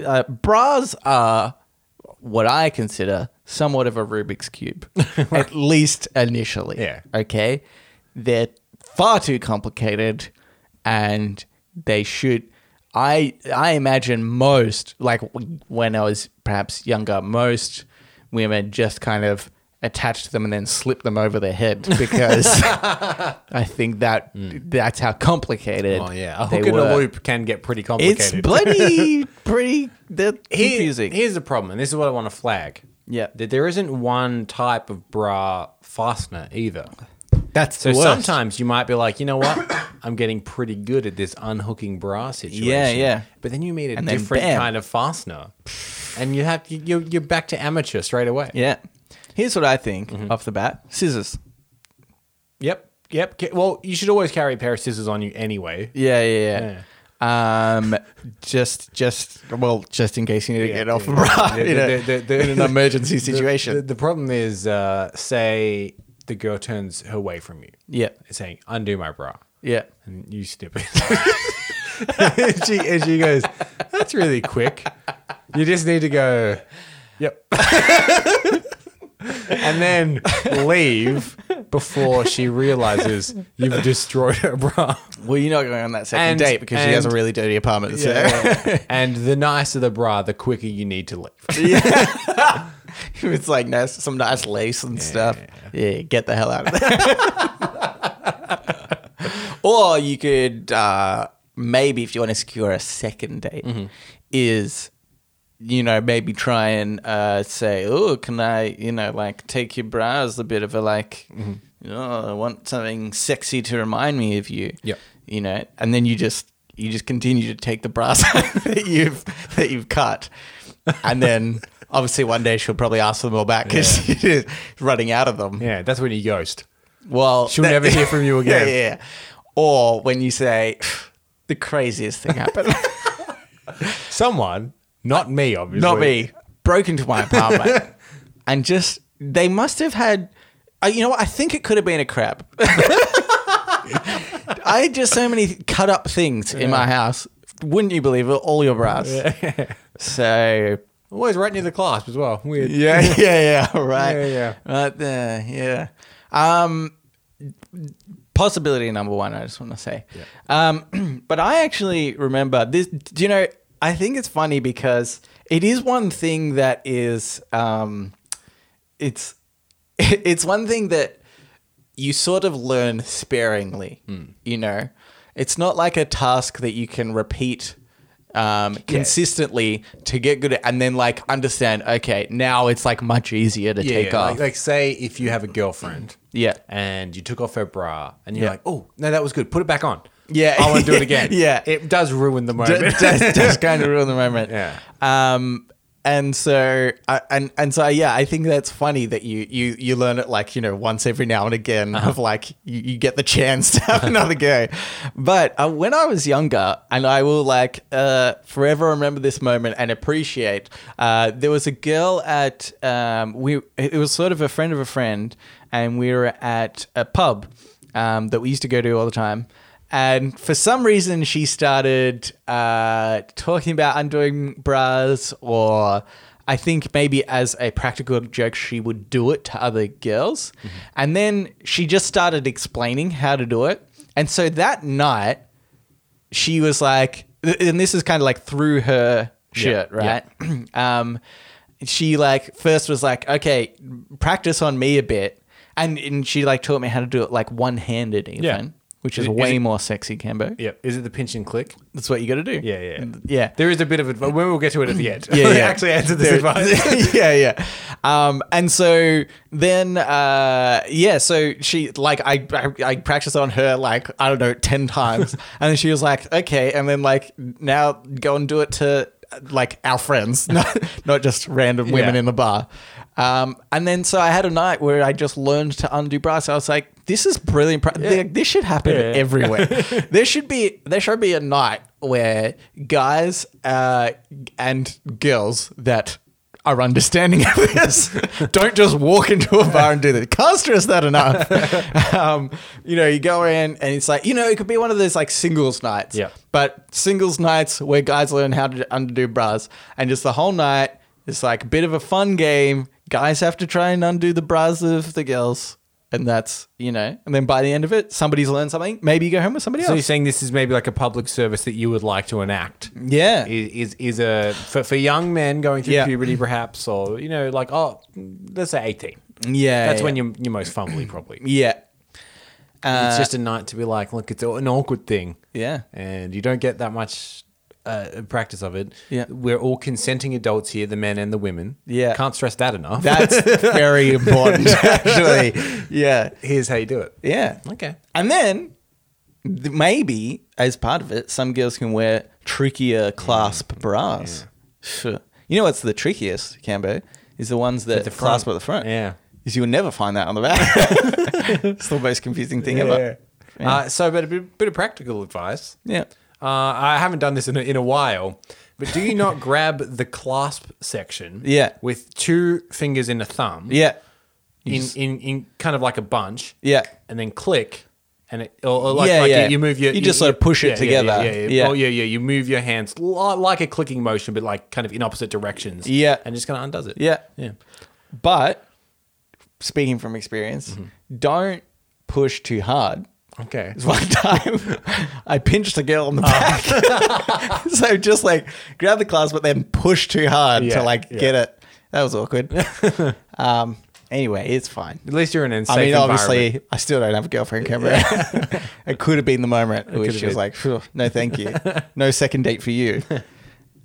uh, bras are what I consider somewhat of a Rubik's cube, at least initially. Yeah. Okay. They're far too complicated, and they should. I I imagine most like w- when I was perhaps younger, most women just kind of attached them and then slipped them over their head because I think that that's how complicated. Oh Hmm. yeah, a they hook and were. a loop can get pretty It's complicated. bloody pretty that Here- confusing. Here's the problem, and this is what I want to flag. Yeah. that there isn't one type of bra fastener either. That's So sometimes you might be like, you know what, I'm getting pretty good at this unhooking bra situation. Yeah, yeah. But then you meet a And then different bam. kind of fastener, and you have you- you're, you're back to amateur straight away. Yeah. Here's what I think Mm-hmm. off the bat: scissors. Yep, yep. Ca- Well, you should always carry a pair of scissors on you anyway. Yeah, yeah, yeah. Um, just, just, well, just in case you need to get off the bra The- in, a- the- the- the- in an emergency The- situation. The, the problem is, uh, say the girl turns her way from you, yeah, saying, "Undo my bra," yeah. and you snip it. and, she, and she goes, "That's really quick. You just need to go, yep." and then leave before she realizes you've destroyed her bra. Well, you're not going on that second And- date because she has a and- really dirty apartment. So. and the nicer the bra, the quicker you need to leave. it's like nice, some nice lace and stuff. Yeah, get the hell out of there. or you could uh, maybe, if you want to secure a second date, is you know maybe try and uh, say, oh, can I you know like take your bra as a bit of a like, you know, I want something sexy to remind me of you. Yep. You know, and then you just you just continue to take the brass that you've that you've cut, and then obviously one day she'll probably ask for them all back because you're running out of them. Yeah, that's when you ghost. Well, She'll never hear from yeah, you again. yeah, yeah. Or when you say the craziest thing happened, Someone, not me, obviously. not me, broke into my apartment, and just they must have had. Uh, you know what? I think it could have been a crab. I had just so many cut up things in my house. Wouldn't you believe it? All your bras. So Always right near the clasp as well. Weird. Yeah, yeah, yeah. Right. Yeah, yeah. Right there. Yeah. Um, possibility number one. I just want to say. Um, but I actually remember this. Do you know? I think it's funny because it is one thing that is. Um, it's it's one thing that you sort of learn sparingly. Hmm. You know, it's not like a task that you can repeat um, consistently to get good at, and then like understand. Okay, now it's like much easier to Yeah, take yeah, off. Like, like say if you have a girlfriend. Yeah. And you took off her bra and you're Yeah. like, oh, no, that was good. Put it back on. Yeah. I want to do it again. Yeah. It does ruin the D- moment. does, does kind of ruin the moment. Yeah. Um, and so, I and and so, yeah, I think that's funny that you you you learn it like you know once every now and again of like you, you get the chance to have another go. But uh, when I was younger, and I will like uh, forever remember this moment and appreciate. Uh, there was a girl at um, we it was sort of a friend of a friend, and we were at a pub um, that we used to go to all the time. And for some reason, she started uh, talking about undoing bras, or I think maybe as a practical joke, she would do it to other girls. And then she just started explaining how to do it. And so that night, she was like, and this is kind of like through her shirt, yeah. right? um, she like first was like, okay, practice on me a bit, and, and she like taught me how to do it like one handed even, Yeah. which is, Is it- way is it- more sexy, Cambo. Yep. Is it the pinch and click? That's what you got to do. Yeah, yeah. yeah. There is a bit of advice. When we'll get to it at the end. Yeah, yeah. actually answered this advice. yeah, yeah. Um, and so then, uh, yeah, so she, like, I, I, I practiced on her, like, I don't know, 10 times. and then she was like, okay. And then, like, now go and do it to, like, our friends, not, not just random women Yeah. in the bar. Um, and then, so I had a night where I just learned to undo brass. I was like, this is brilliant. Pra- Th- This should happen Yeah. everywhere. there should be there should be a night where guys uh, and girls that are understanding of this don't just walk into a bar and do this. Can't stress that enough. um, you know, you go in and it's like you know it could be one of those like singles nights. Yeah. But singles nights where guys learn how to undo bras and just the whole night it's like a bit of a fun game. Guys have to try and undo the bras of the girls. And that's, you know, and then by the end of it, somebody's learned something. Maybe you go home with somebody So you're else. saying this is maybe like a public service that you would like to enact? Yeah. Is is, is a for, for young men going through Yeah. puberty perhaps, or you know, like oh, let's say eighteen. Yeah. That's yeah. when you're you're most fumbly probably. Yeah. it's just a night to be like, look, it's an awkward thing. Yeah. and you don't get that much uh, practice of it. Yeah. we're all consenting adults here, the men and the women. Yeah. can't stress that enough. That's very important, actually. Yeah. Here's how you do it. Yeah. Okay. And then th- maybe as part of it, some girls can wear trickier Mm. clasp bras. Phew. You know what's the trickiest, Cambo? Is the ones that the front. clasp at the front. Yeah. Because you'll never find that on the back. it's the most confusing thing ever. Uh, so, but a bit, bit of practical advice. Yeah. Uh, I haven't done this in a, in a while, but do you not grab the clasp section? Yeah. With two fingers and a thumb. Yeah. In, in in kind of like a bunch. Yeah. And then click. And it, or, or like, Yeah, like yeah. You, you move your You just sort of push it yeah, yeah, together. Yeah, yeah, Yeah. Oh, yeah, yeah. You move your hands li- like a clicking motion, but like kind of in opposite directions. Yeah. and just kind of undoes it. Yeah. yeah. But speaking from experience, Mm-hmm. don't push too hard. Okay. There's one time I pinched a girl Oh. on the back. so just like grab the clasp, but then push too hard Yeah, to like yeah. get it. That was awkward. um, anyway, it's fine. At least you're in an safe I mean, environment. obviously, I still don't have a girlfriend camera. it could have been the moment where could she was have been. like, "Phew, no, thank you. No second date for you.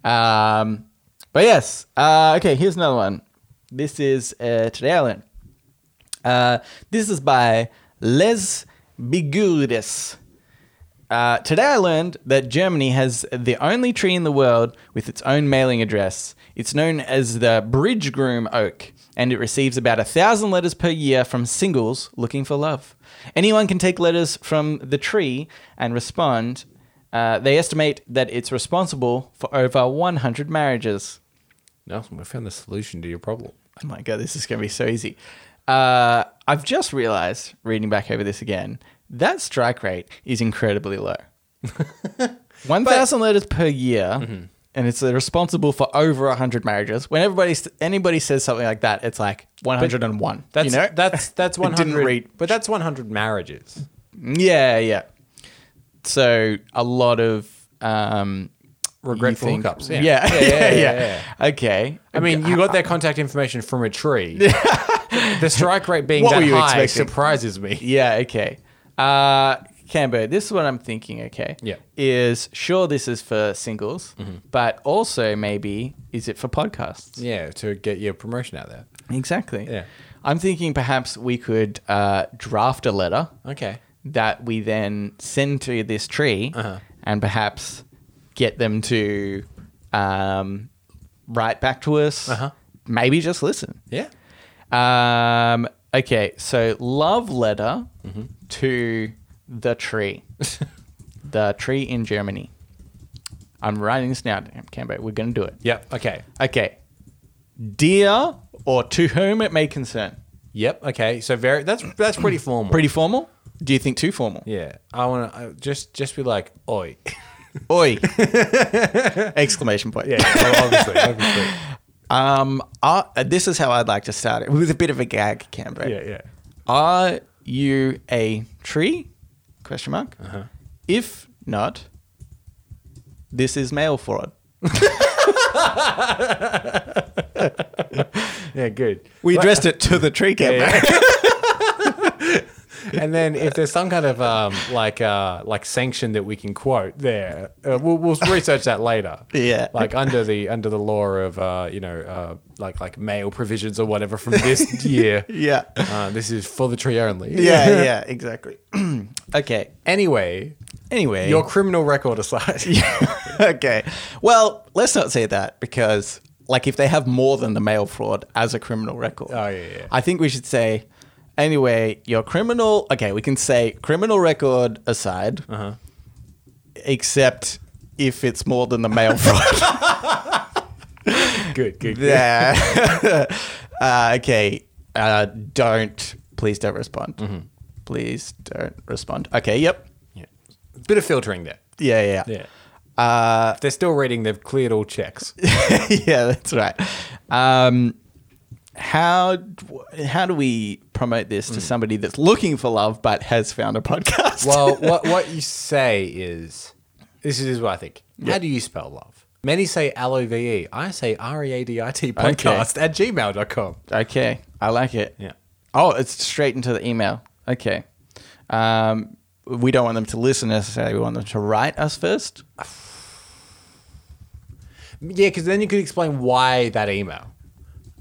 Um, but yes, uh, okay, here's another one. This is uh, Today I Learned. Uh, this is by Les Bigudis. Uh, today I learned that Germany has the only tree in the world with its own mailing address. It's known as the Bridgegroom Oak, and it receives about a thousand letters per year from singles looking for love. Anyone can take letters from the tree and respond. Uh, they estimate that it's responsible for over 100 marriages. Nelson, we found the solution to your problem. Oh my god, this is going to be so easy. Uh, I've just realized, reading back over this again, that strike rate is incredibly low. 1,000 letters per year, Mm-hmm. and it's uh, responsible for over 100 marriages. When everybody, s- anybody says something like that, it's like 101. That's you know? that's that's It didn't 100. read. But that's 100 marriages. yeah, yeah. So a lot of. Um, Regretful you think- hookups, Yeah. yeah. Yeah, Yeah, yeah, yeah, yeah, Okay. I mean, you got their contact information from a tree. the strike rate being What that were you high expecting? surprises me. Yeah, okay. Uh Cambo, this is what I'm thinking, okay? Yeah. Mm-hmm. Is sure this is for singles, but also maybe is it for podcasts? Yeah, to get your promotion out there. Exactly. Yeah. I'm thinking perhaps we could uh, draft a letter Okay. that we then send to this tree Uh-huh. and perhaps get them to um, write back to us. Uh-huh. Maybe just listen. Yeah. Um, okay, so love letter to the tree, the tree in Germany. I'm writing this now, Cambo. We're going to do it. Yep. Okay. Okay. Dear or to whom it may concern. Yep. Okay. So very that's that's pretty formal. Pretty formal? Do you think too formal? Yeah. I want to just just be like, oi. Oi! Exclamation point. well, obviously, obviously. Um, I, this is how I'd like to start it with a bit of a gag, Cambo. Yeah. Yeah. Are you a tree? Question mark. If not, this is mail fraud. Yeah, good. We addressed it to the tree camp. and then if there's some kind of um, like uh, like sanction that we can quote there, uh, we'll, we'll research that later. Yeah. like under the under the law of uh, you know uh, like like mail provisions or whatever from this year. yeah. Uh, this is for the tree only. Yeah, yeah, exactly. okay. Anyway, Anyway. your criminal record aside, okay. Well, let's not say that because, like, if they have more than the mail fraud as a criminal record, Oh, yeah, yeah. I think we should say, anyway, your criminal. Okay, we can say criminal record aside, Uh-huh. except if it's more than the mail fraud. good, good, good. yeah. uh, okay. Uh, don't please don't respond. Mm-hmm. Please don't respond. Okay. Yep. Yeah. Bit of filtering there. Yeah. Yeah. Yeah. Uh, they're still reading. They've cleared all checks. yeah, that's right. Um, how how do we promote this Hmm. to somebody that's looking for love but has found a podcast? Well, what what you say is this is what I think. How do you spell love? Many say L O V E. I say R E A D I T podcast at gmail.com. okay, I like it. Yeah. Oh, it's straight into the email. Okay. Um, we don't want them to listen necessarily. We want them to write us first. Yeah, because then you could explain why that email.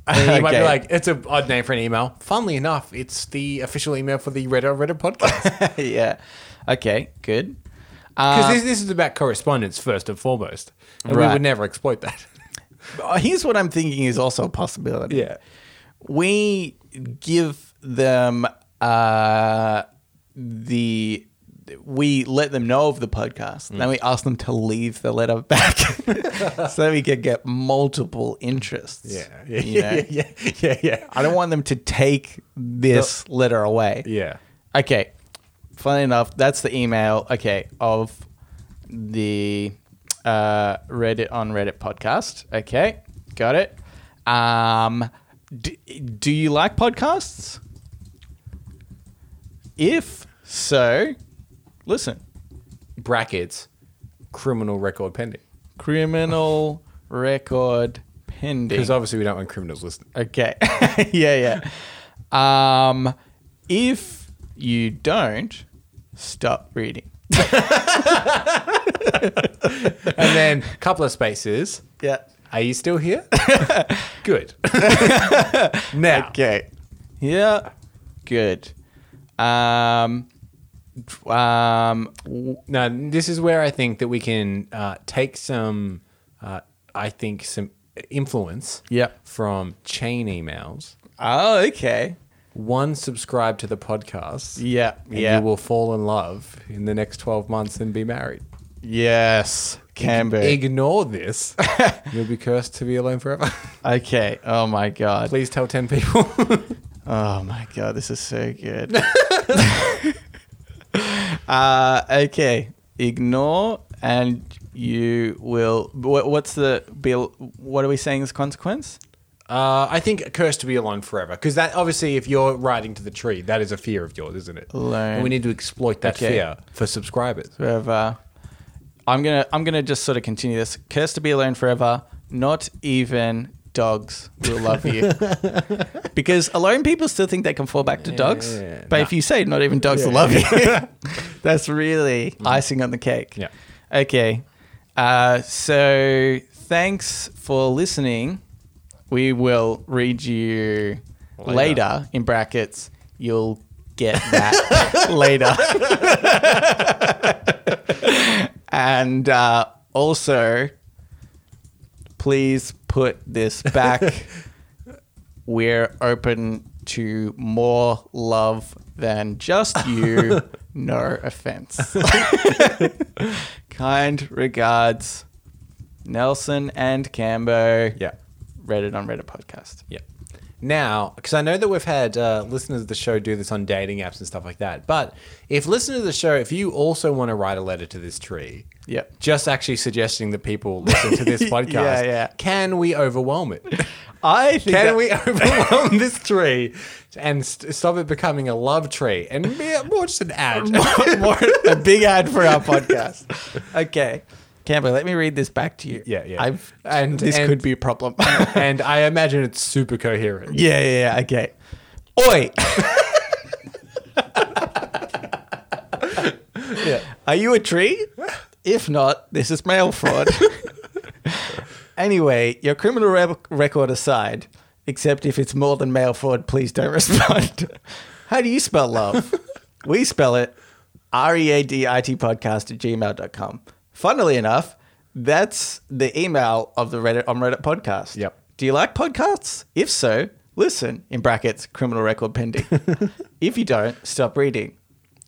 And you might be Okay. like, it's an odd name for an email. Funnily enough, it's the official email for the Reddit Reddit podcast. yeah. Okay. Good. Because this, this is about correspondence first and foremost. And we Right. would never exploit that. Uh, Here's what I'm thinking is also a possibility. Yeah. we give them uh, the we let them know of the podcast then we ask them to leave the letter back so that we can get multiple interests Yeah. you know? Yeah. Yeah. Yeah. Yeah. i don't want them to take this letter away Yeah. okay funny enough that's the email okay of the uh, reddit on reddit podcast okay got it um d- do you like podcasts if so listen Brackets, criminal record pending. criminal record pending Because obviously we don't want criminals listening. Okay. yeah, yeah. Um, if you don't, stop reading. And then a couple of spaces. Yeah. Are you still here? Good. now, Okay. Yeah. Good. Um, um, w- now this is where I think that we can uh, take some, uh, I think some influence. Yeah. From chain emails. oh, okay. One, subscribe to the podcast. Yeah. And yeah. you will fall in love in the next 12 months and be married. yes. Can be. Ignore this. You'll be cursed to be alone forever. Okay. Oh, my God. Please tell 10 people. Oh my god, this is so good. uh, okay, ignore and you will. wha- What's the bill? What are we saying as consequence? Uh, I think cursed to be alone forever because that obviously, if you're riding to the tree, that is a fear of yours, isn't it? Alone. And we need to exploit that Okay. fear for subscribers. Forever. I'm gonna. I'm gonna just sort of continue this. Cursed to be alone forever. Not even dogs will love you because alone people still think they can fall back to dogs. Yeah. But if you say not even dogs will love you, that's really icing on the cake. Mm-hmm. Yeah. Okay. Uh, so thanks for listening. We will read you later, in brackets. You'll get that later. and uh, also, please put this back. We're open to more love than just you. no offense. kind regards, Nelson and Cambo. Yeah. Reddit on Reddit podcast. Yeah. Now, because I know that we've had uh, listeners of the show do this on dating apps and stuff like that, but if listeners of the show, if you also want to write a letter to this tree, Yep. just actually suggesting that people listen to this Yeah, podcast, yeah. can we overwhelm it? I think Can that- we overwhelm this tree and st- stop it becoming a love tree and be more just an ad? more, a big ad for our podcast. Okay. Campbell, let me read this back to you. Yeah, yeah. I've, And- this and- could be a problem. yeah, and I imagine it's super coherent. yeah, yeah. Okay. Oi. Yeah. Are you a tree? If not, this is mail fraud. anyway, your criminal re- record aside, except if it's more than mail fraud, please don't respond. How do you spell love? we spell it R E A D I T podcast at gmail.com. Funnily enough, that's the email of the Reddit on Reddit podcast. Yep. Do you like podcasts? If so, listen, in brackets, criminal record pending. if you don't, stop reading.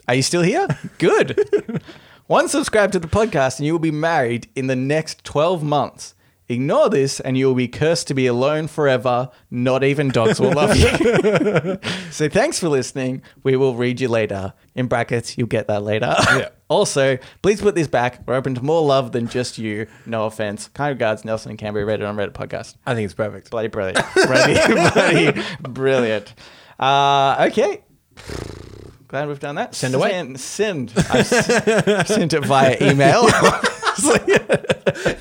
Are you still here? Good. One subscribe to the podcast and you will be married in the next 12 months. Ignore this and you will be cursed to be alone forever. Not even dogs will love you. so thanks for listening. We will read you later. In brackets, you'll get that later. Yeah. also, please put this back. We're open to more love than just you. No offense. Kind regards, Nelson and Cambria, Reddit on Reddit podcast. I think it's perfect. Bloody brilliant. Bloody, bloody brilliant. Uh, okay. Glad we've done that. Send away. Send. send. I've s- sent it via email.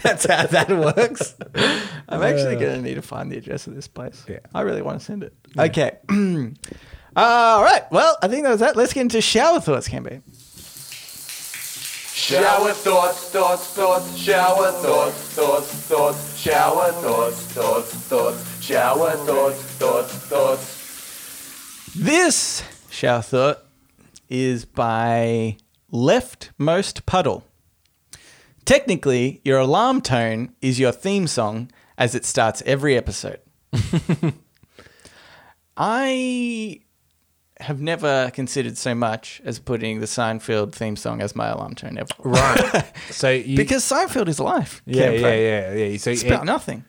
That's how that works. I'm actually going to need to find the address of this place. Yeah. I really want to send it. Okay. All right. Well, I think that was that. Let's get into shower thoughts, Camby. Shower thoughts, thoughts, thoughts, shower thoughts, thoughts, thoughts, shower thoughts, thoughts, thoughts, shower thoughts, thoughts, thoughts. This shower thought is by Leftmost Puddle. Technically, your alarm tone is your theme song as it starts every episode. I have never considered so much as putting the Seinfeld theme song as my alarm tone ever. Right. So you, Because Seinfeld is life. yeah, Campo. yeah, yeah, yeah. So It's about nothing.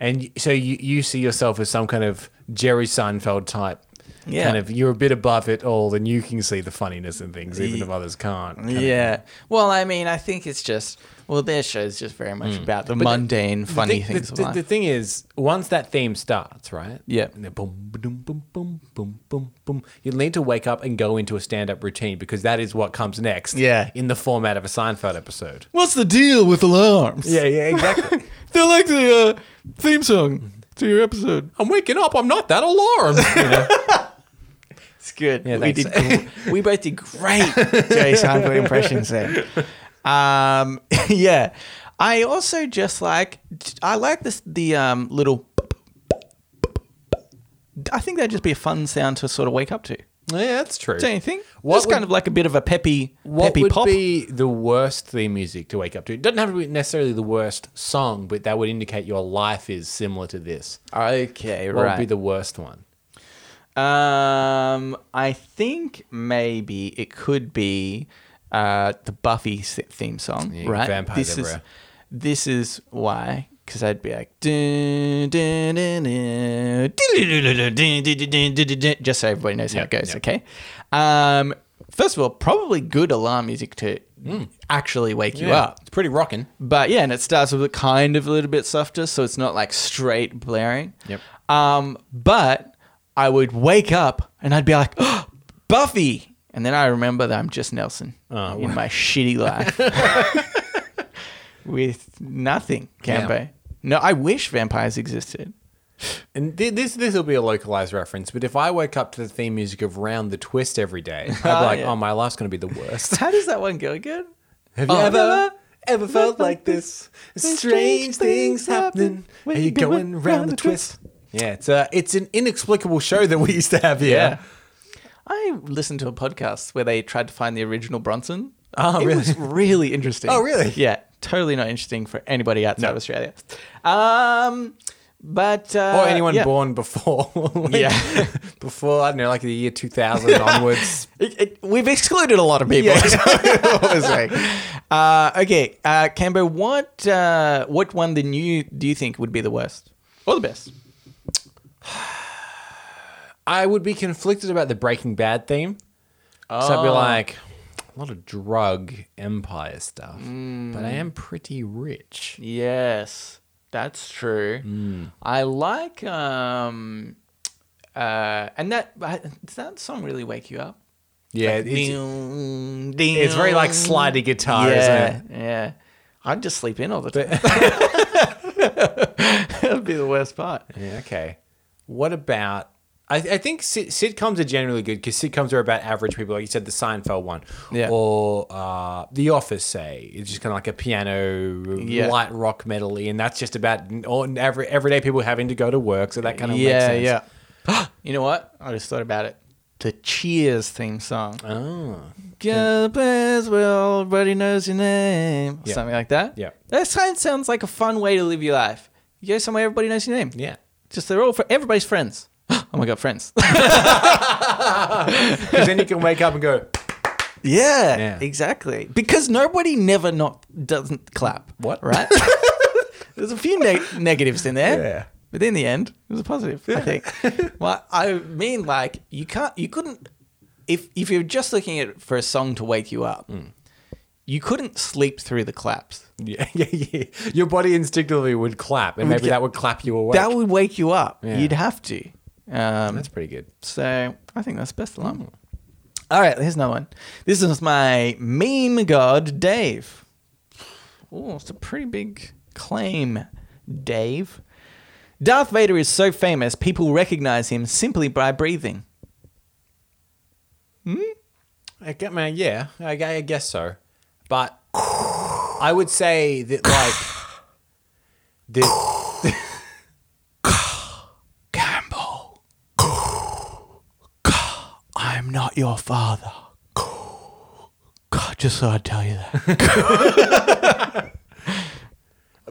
and y- so you, you see yourself as some kind of Jerry Seinfeld type. Yeah. Kind of you're a bit above it all and you can see the funniness in things even if others can't. kind of- Yeah. Well, I mean, I think it's just well, their show is just very much about Hmm. the mundane, funny the, things the, of the- life. the thing is, once that theme starts, right? Yeah. And then boom, boom, boom, boom, boom, boom, boom. You need to wake up and go into a stand-up routine because that is what comes next. Yeah. In the format of a Seinfeld episode. What's the deal with alarms? Yeah, yeah, exactly. they're like the uh, theme song to your episode. I'm waking up. I'm not that alarmed. You know? It's good. Yeah, we did. thanks. gr- we both did great Jerry Seinfeld impressions there. Um, yeah. I also just like I like this the um, little. I think that'd just be a fun sound to sort of wake up to. yeah, that's true. Don't you think? What Just kind would- of like a bit of a peppy, What peppy would pop. be the worst theme music to wake up to? It doesn't have to be necessarily the worst song, but that would indicate your life is similar to this. Okay, What right. would be the worst one? um, I think maybe it could be uh, the Buffy s- theme song, Yeah, right? vampires this is everywhere. this is why. Because I'd be like, dun, dun, dun, dun, dun, dun, dun, dun, dun, dun, dun, dun, just so everybody knows how it Yeah, goes, yeah. okay? Um, first of all, probably good alarm music to actually wake you up. It's pretty rocking. But yeah, and it starts with a kind of a little bit softer, so it's not like straight blaring. Yep. Um, but I would wake up and I'd be like, oh, Buffy, and then I remember that I'm just Nelson Oh, in my shitty life with nothing, Campo. Yeah. No, I wish vampires existed. And thi- this this will be a localized reference, but if I woke up to the theme music of Round the Twist every day, I'd be Ah, like, yeah. oh, my life's going to be the worst. How does that one go again? Have you Oh. ever ever felt like this? Strange things happen. Are you going round the twist? Yeah, it's a, it's an inexplicable show that we used to have here. Yeah. I listened to a podcast where they tried to find the original Bronson. Oh, it really? was really interesting. Oh, really? Yeah, totally not interesting for anybody outside of Australia. Um, but uh, or anyone yeah. born before, like, Yeah. before I don't know, like the year two thousand onwards. It, it, we've excluded a lot of people. so I was like, uh, okay, uh, Cambo, what uh, what one the new do you think would be the worst or the best? I would be conflicted about the Breaking Bad theme, so I'd be like, a lot of drug empire stuff, but I am pretty rich. Yes, That's true. Hmm. I like um uh and that I- does that song really wake you up? Yeah, it's, Ding, it's very like ding. slidey guitar, Yeah, isn't it? yeah. I'd just sleep in all the time. That'd be the worst part. Yeah, okay. What about? I, I think sit- sitcoms are generally good because sitcoms are about average people, like you said, the Seinfeld one, Yeah. or uh, The Office. Say it's just kind of like a piano, Yeah. light rock medley, and that's just about all, every, everyday people having to go to work. So that kind of makes yeah, sense. yeah. you know what? I just thought about it. The Cheers theme song. Oh, Go place where everybody knows your name. Yeah. Something like that. Yeah. That sound- sounds like a fun way to live your life. You go somewhere everybody knows your name. yeah. Just they're all fr- everybody's friends. oh my god, friends. Because then you can wake up and go, yeah, Yeah. exactly. Because nobody never not doesn't clap. What? Right? There's a few neg negatives in there. Yeah. But in the end, it was a positive, I think. well, I mean, like you can't, you couldn't, if if you're just looking at for a song to wake you up, Hmm. you couldn't sleep through the claps. yeah, yeah, yeah. Your body instinctively would clap, and maybe get- that would clap you awake. That would wake you up. Yeah. You'd have to. Um, that's pretty good. so I think that's best alarm. All right, here's another one. This is my meme god, Dave. Oh, it's a pretty big claim, Dave. Darth Vader is so famous, people recognize him simply by breathing. I get, man, yeah, I, gu- I guess so. But I would say that, like, the Campbell, I'm not your father. God, just thought I'd tell you that.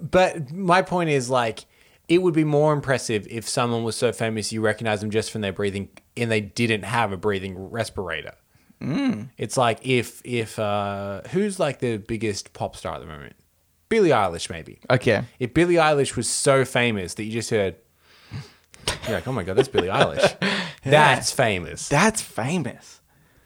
but my point is, like, it would be more impressive if someone was so famous you recognize them just from their breathing, and they didn't have a breathing respirator. It's like if if uh, who's like the biggest pop star at the moment? Billie Eilish, maybe. Okay. If Billie Eilish was so famous that you just heard, you're like, oh my god, that's Billie Eilish. That's famous. That's famous.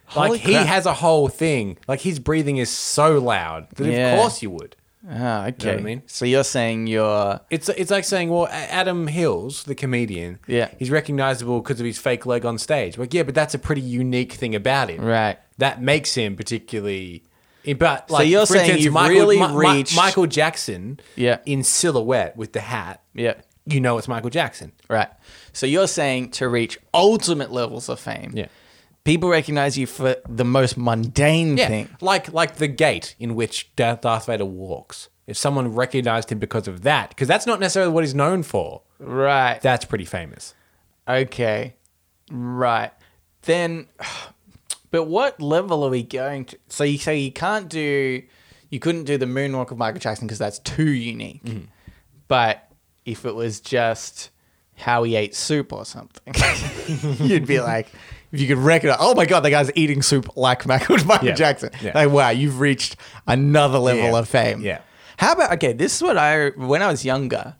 Holy like he crap. has a whole thing. Like his breathing is so loud that Yeah. of course you would. Ah, okay. I mean? So you're saying you're. It's it's like saying, well, A- Adam Hills, the comedian, Yeah. he's recognizable because of his fake leg on stage. Like, yeah, but that's a pretty unique thing about him. Right. That makes him particularly. eh, But like, you're for saying instance, you've Michael, really Mi- Mi- reached- Michael Jackson, Yeah. in silhouette with the hat. Yeah. You know it's Michael Jackson. Right. So you're saying to reach ultimate levels of fame, Yeah. people recognize you for the most mundane Yeah, thing. like like the gait in which Darth Darth Vader walks. If someone recognized him because of that, because that's not necessarily what he's known for. Right. That's pretty famous. okay. Right. Then, but what level are we going to? So you say you can't do, you couldn't do the moonwalk of Michael Jackson because that's too unique. Mm-hmm. But if it was just how he ate soup or something, you'd be like, if you could recognize, oh my God, the guy's eating soup like Michael, Michael Yeah. Jackson. Yeah. Like, wow, you've reached another level Yeah. of fame. Yeah. How about, okay, this is what I, when I was younger,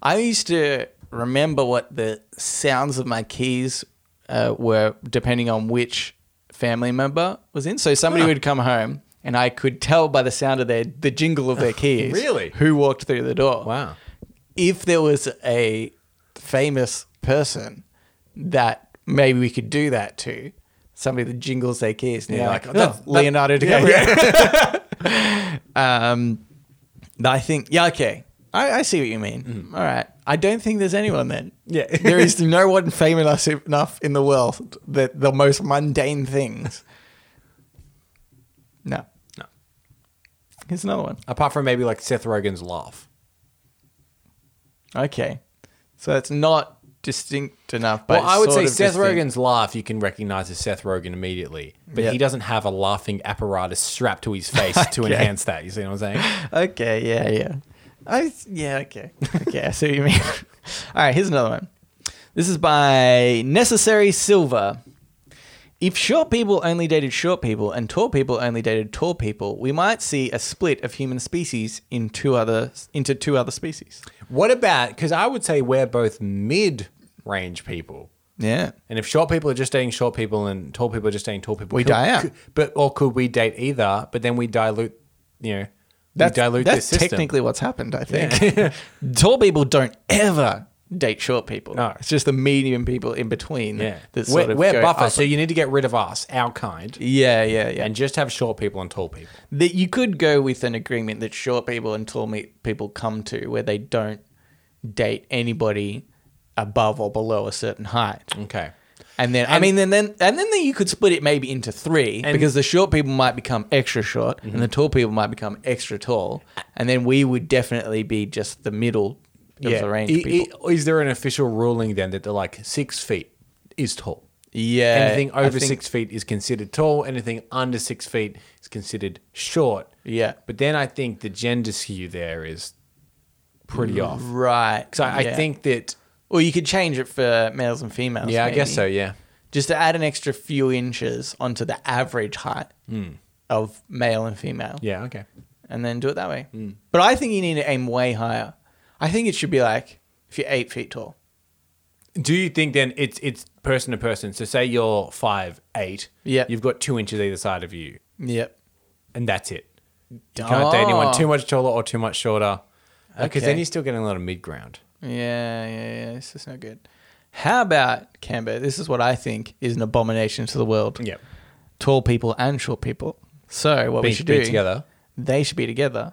I used to remember what the sounds of my keys uh, were depending on which family member was in. So somebody would come home and I could tell by the sound of their, the jingle of their keys. Really? Who walked through the door Wow. if there was a famous person that maybe we could do that to, somebody that jingles their keys, and you're Yeah, like, like, that- "Oh, Leonardo DiCaprio. um, I think, yeah, okay. I, I see what you mean. All right. I don't think there's anyone then. Mm-hmm. Yeah. there is no one famous enough in the world that the most mundane things. No. No. Here's another one. Apart from maybe like Seth Rogen's laugh. Okay. So it's not distinct enough. But well, I would it's sort say of Seth distinct. Rogen's laugh you can recognize as Seth Rogen immediately, but Yeah. he doesn't have a laughing apparatus strapped to his face to Okay. enhance that. You see what I'm saying? Okay, yeah, yeah. I yeah, okay. Okay, I see what you mean. All right, here's another one. This is by Necessary Silver. If short people only dated short people and tall people only dated tall people, we might see a split of human species in two other into two other species. What about? Because I would say we're both mid-range people. Yeah. And if short people are just dating short people and tall people are just dating tall people, We could- die out. could- but or could we date either? But then we dilute, you know, That's, dilute that's the system. technically what's happened, I think. Tall people don't ever date short people. No. It's just the medium people in between. Yeah. That we're sort of we're go buffer, up- so you need to get rid of us, our kind, yeah, yeah, yeah. and just have short people and tall people. that you could go with an agreement that short people and tall me- people come to where they don't date anybody above or below a certain height. Okay. And then I mean then then and then you could split it maybe into 3 And- Mm-hmm. because the short people might become extra short and the tall people might become extra tall and then we would definitely be just the middle of the range I- I- people. is there an official ruling then that they're like six feet is tall? yeah. e, Anything Uh, I over think- six feet is considered tall. Anything under six feet is considered short. Yeah. But then I think the gender skew there is pretty Mm. off. Right. Because I, I yeah. think that. or you could change it for males and females. Yeah, I guess maybe. so. Yeah. just to add an extra few inches onto the average height of male and female. Hmm. Yeah. Hmm. Okay. And then do it that way. But I think you need to aim way higher. I think it should be like if you're eight feet tall. Do you think then it's it's person to person? So say you're five eight. Yeah. You've got two inches either side of you, Yep. and that's it. You can't date anyone too much taller or too much shorter, because Oh. Okay. then you're still getting a lot of mid ground. Yeah, yeah, yeah. This is not good. How about Canberra? This is what I think is an abomination to the world. Yep. Tall people and short people. So what we Be- should be do together. They should be together,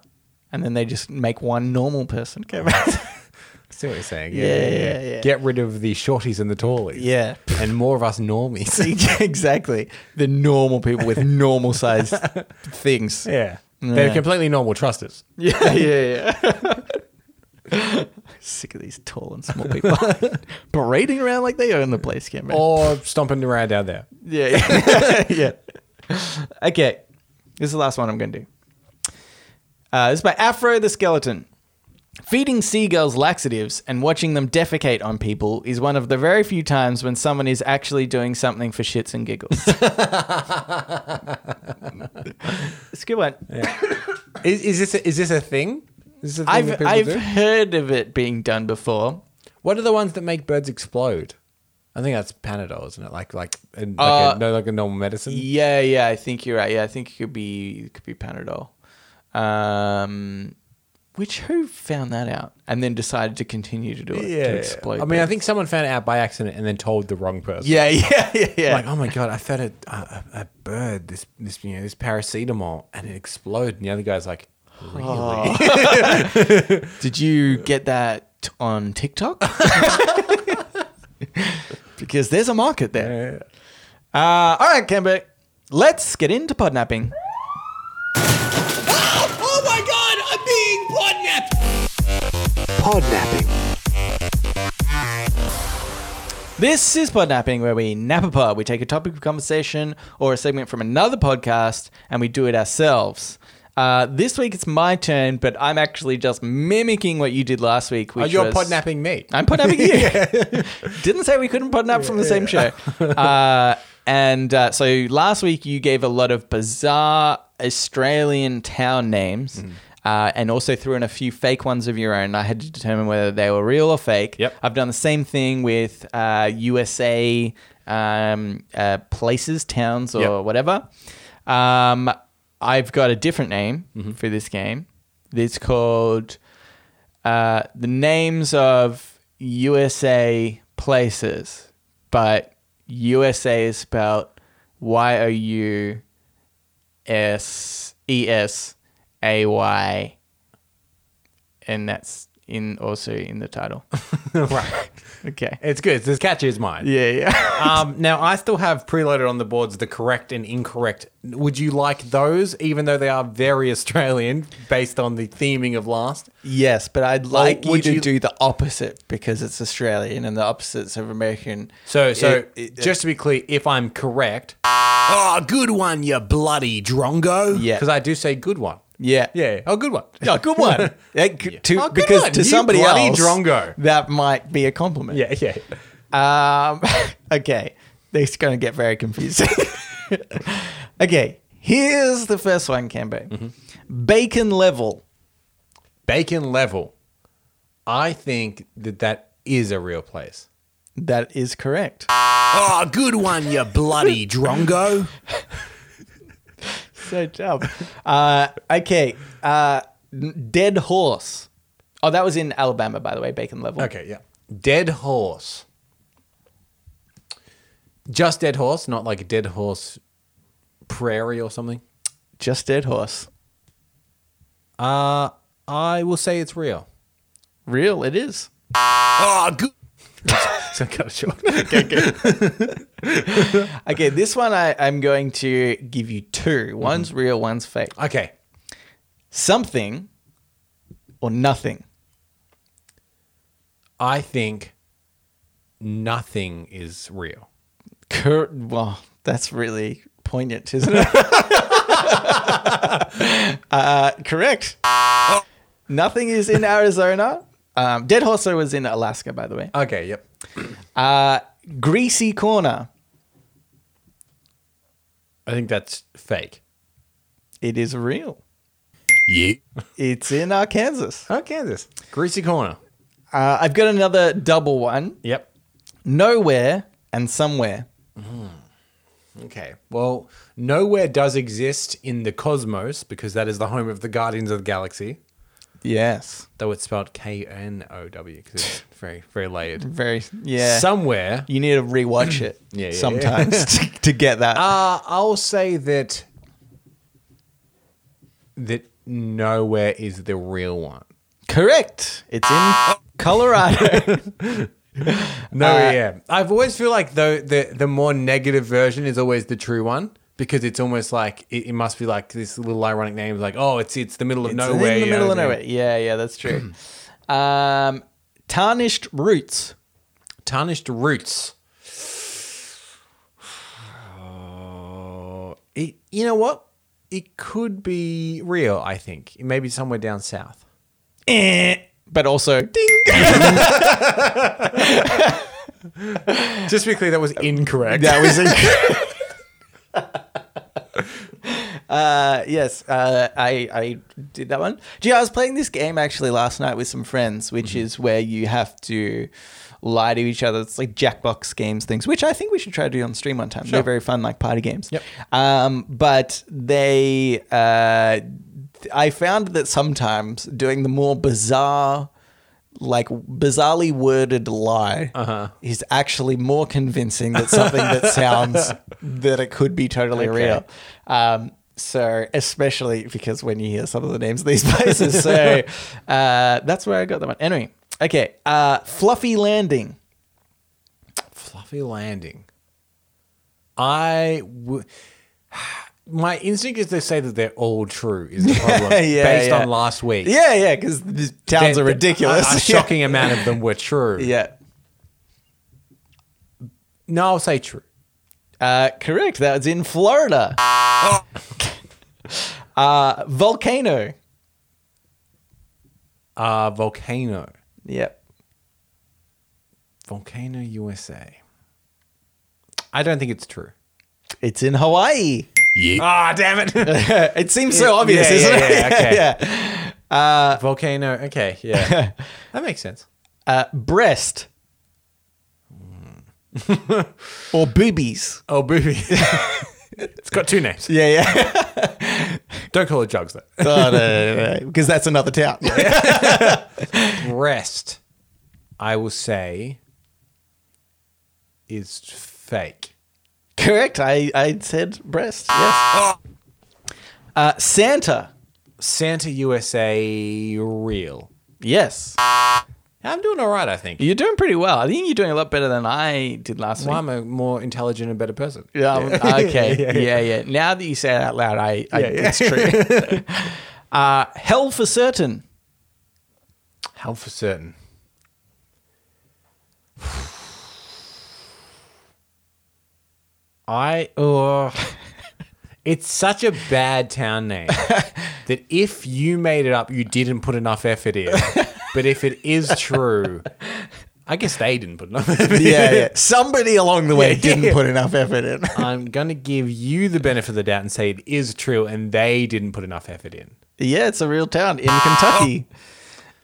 and then they just make one normal person. Canberra. See what you're saying? Yeah, yeah, yeah. Get rid of the shorties and the tallies. Yeah. and more of us normies. exactly. The normal people with normal sized things. yeah. They're Yeah. completely normal. Trust us. Yeah, yeah, yeah. Sick of these tall and small people parading around like they own the place, Cameron. Or stomping around out there. Yeah, yeah. yeah. Okay, this is the last one I'm going to do. Uh, this is by Afro the Skeleton. Feeding seagulls laxatives and watching them defecate on people is one of the very few times when someone is actually doing something for shits and giggles. it's a good one. Is, is this a, is this a thing? Is this a thing that I've people I've do? heard of it being done before. What are the ones that make birds explode? I think that's Panadol, isn't it? Like like, and like Uh, a, no like a normal medicine. Yeah, yeah, I think you're right. Yeah, I think it could be it could be Panadol. Um, which who found that out and then decided to continue to do it to explode? I mean, I things? think someone found it out by accident and then told the wrong person. Yeah, yeah, yeah, yeah. Like, oh my god, I fed a, a, a- a bird this this you know this paracetamol and it exploded. And the other guy's like, really? Did you get that on TikTok? because there's a market there. Uh, all right, Camber, let's get into podnapping. Oh my god, I'm being podnapped! This is Podnapping, where we nap a pod. We take a topic of conversation or a segment from another podcast and we do it ourselves. Uh, this week it's my turn, but I'm actually just mimicking what you did last week. Which Oh, you're was- podnapping me. I'm podnapping you. Didn't say we couldn't podnap from the same show. Uh, and uh, so last week you gave a lot of bizarre Australian town names. Mm. Uh, and also threw in a few fake ones of your own. I had to determine whether they were real or fake. Yep. I've done the same thing with uh, USA um, uh, places, towns, or Yep. whatever. Um, I've got a different name Mm-hmm. for this game. It's called uh, the names of USA places, but USA is spelled Y O U S E S A Y, and that's in also in the title. right. Okay. It's good. It's as catchy as mine. Yeah, yeah. Um, now I still have preloaded on the boards the correct and incorrect. Would you like those, even though they are very Australian, based on the theming of last? yes, but I'd like you would to you- do the opposite because it's Australian and the opposites of American. So, so It- it- just to be clear, if I'm correct, oh, good one, you bloody drongo. Yeah. because I do say good one. yeah, Yeah. Oh, good one. Yeah, good one. That c- to- Oh, good because one. to You somebody bloody else, drongo. that might be a compliment. Yeah, yeah. Um, okay, this is going to get very confusing. okay, here's the first one, Cambo. Bacon level. Bacon level. I think that that is a real place. That is correct. Oh, good one, you bloody drongo. so dumb. Uh, okay. Uh, N- Dead horse. Oh, that was in Alabama, by the way, Bacon Level. Okay, yeah. Dead horse. Just dead horse, not like a dead horse prairie or something. Just dead horse. Uh, I will say it's real. Real, it is. Ah, Oh, good. So cut it short. Okay, this one I, I'm going to give you two. One's real, one's fake. Okay. Something or nothing. I think nothing is real. Cur- well, that's really poignant, isn't it? uh, correct. Nothing is in Arizona. Um, Dead Horse was in Alaska, by the way. Okay, yep. Uh, greasy Corner. I think that's fake. It is real. Yeah. It's in Arkansas. Oh, Kansas. Greasy corner. Uh, I've got another double one. Yep. Nowhere and somewhere. Okay. Well, nowhere does exist in the cosmos because that is the home of the Guardians of the Galaxy, Yes. though it's spelled K N O W because it's very, very layered. Very. Yeah. Somewhere. you need to rewatch it Yeah, yeah, sometimes to, to get that. Uh, I'll say that that nowhere is the real one. Correct. It's in uh, Colorado. No, Uh, yeah. I've always feel like though the the more negative version is always the true one because it's almost like it, it must be like this little ironic name like oh it's it's the middle of nowhere in the you know middle of what I mean? nowhere. Yeah, yeah, that's true. um, tarnished roots. tarnished roots. Oh, it, you know what? It could be real. I think it may be somewhere down south. Eh, but also, ding. Just to be clear, that was incorrect. That was incorrect. uh, yes, uh, I I did that one. Gee, I was playing this game actually last night with some friends, which is where you have to lie to each other. It's like Jackbox games things, which I think we should try to do on stream one time. They're very fun, like party games. Yep. Um, but they, uh, th- I found that sometimes doing the more bizarre. Like bizarrely worded lie Uh-huh. is actually more convincing than something that sounds that it could be totally Okay. real. Um, so, especially because when you hear some of the names of these places, so uh, that's where I got that one. Anyway, okay, uh, Fluffy Landing. Fluffy landing. I would. My instinct is to say that they're all true. Is the problem Yeah, based yeah. on last week? Yeah, yeah, because the towns There- are ridiculous. A, a uh, shocking amount of them were true. Yeah. No, I'll say true. Uh, correct. That was in Florida. uh, volcano. Uh, volcano. Yep. Volcano USA. I don't think it's true. It's in Hawaii. Ah, damn it. it seems so obvious, yeah, isn't yeah, it? yeah, okay. yeah. Volcano. Okay, yeah. that makes sense. Uh, breast. Hmm. or boobies. Oh, booby. it's got two names. Yeah, yeah. Don't call it jugs, though. Oh, no, no, no, no, because that's another town. Rest, I will say, is fake. Correct. I, I said breast. Yes. Uh, Santa. Santa USA real. Yes. I'm doing all right, I think. You're doing pretty well. I think you're doing a lot better than I did last Well, week. I'm a more intelligent and better person. Yeah, I'm- Okay. Yeah yeah, Now that you say it out loud, I, I it's true. uh, hell for certain. Hell for certain. I oh, it's such a bad town name that if you made it up, you didn't put enough effort in. But if it is true, I guess they didn't put enough effort. in. Yeah, yeah. Somebody along the way Yeah, didn't yeah. put enough effort in. I'm gonna give you the benefit of the doubt and say it is true, and they didn't put enough effort in. yeah, it's a real town in Kentucky.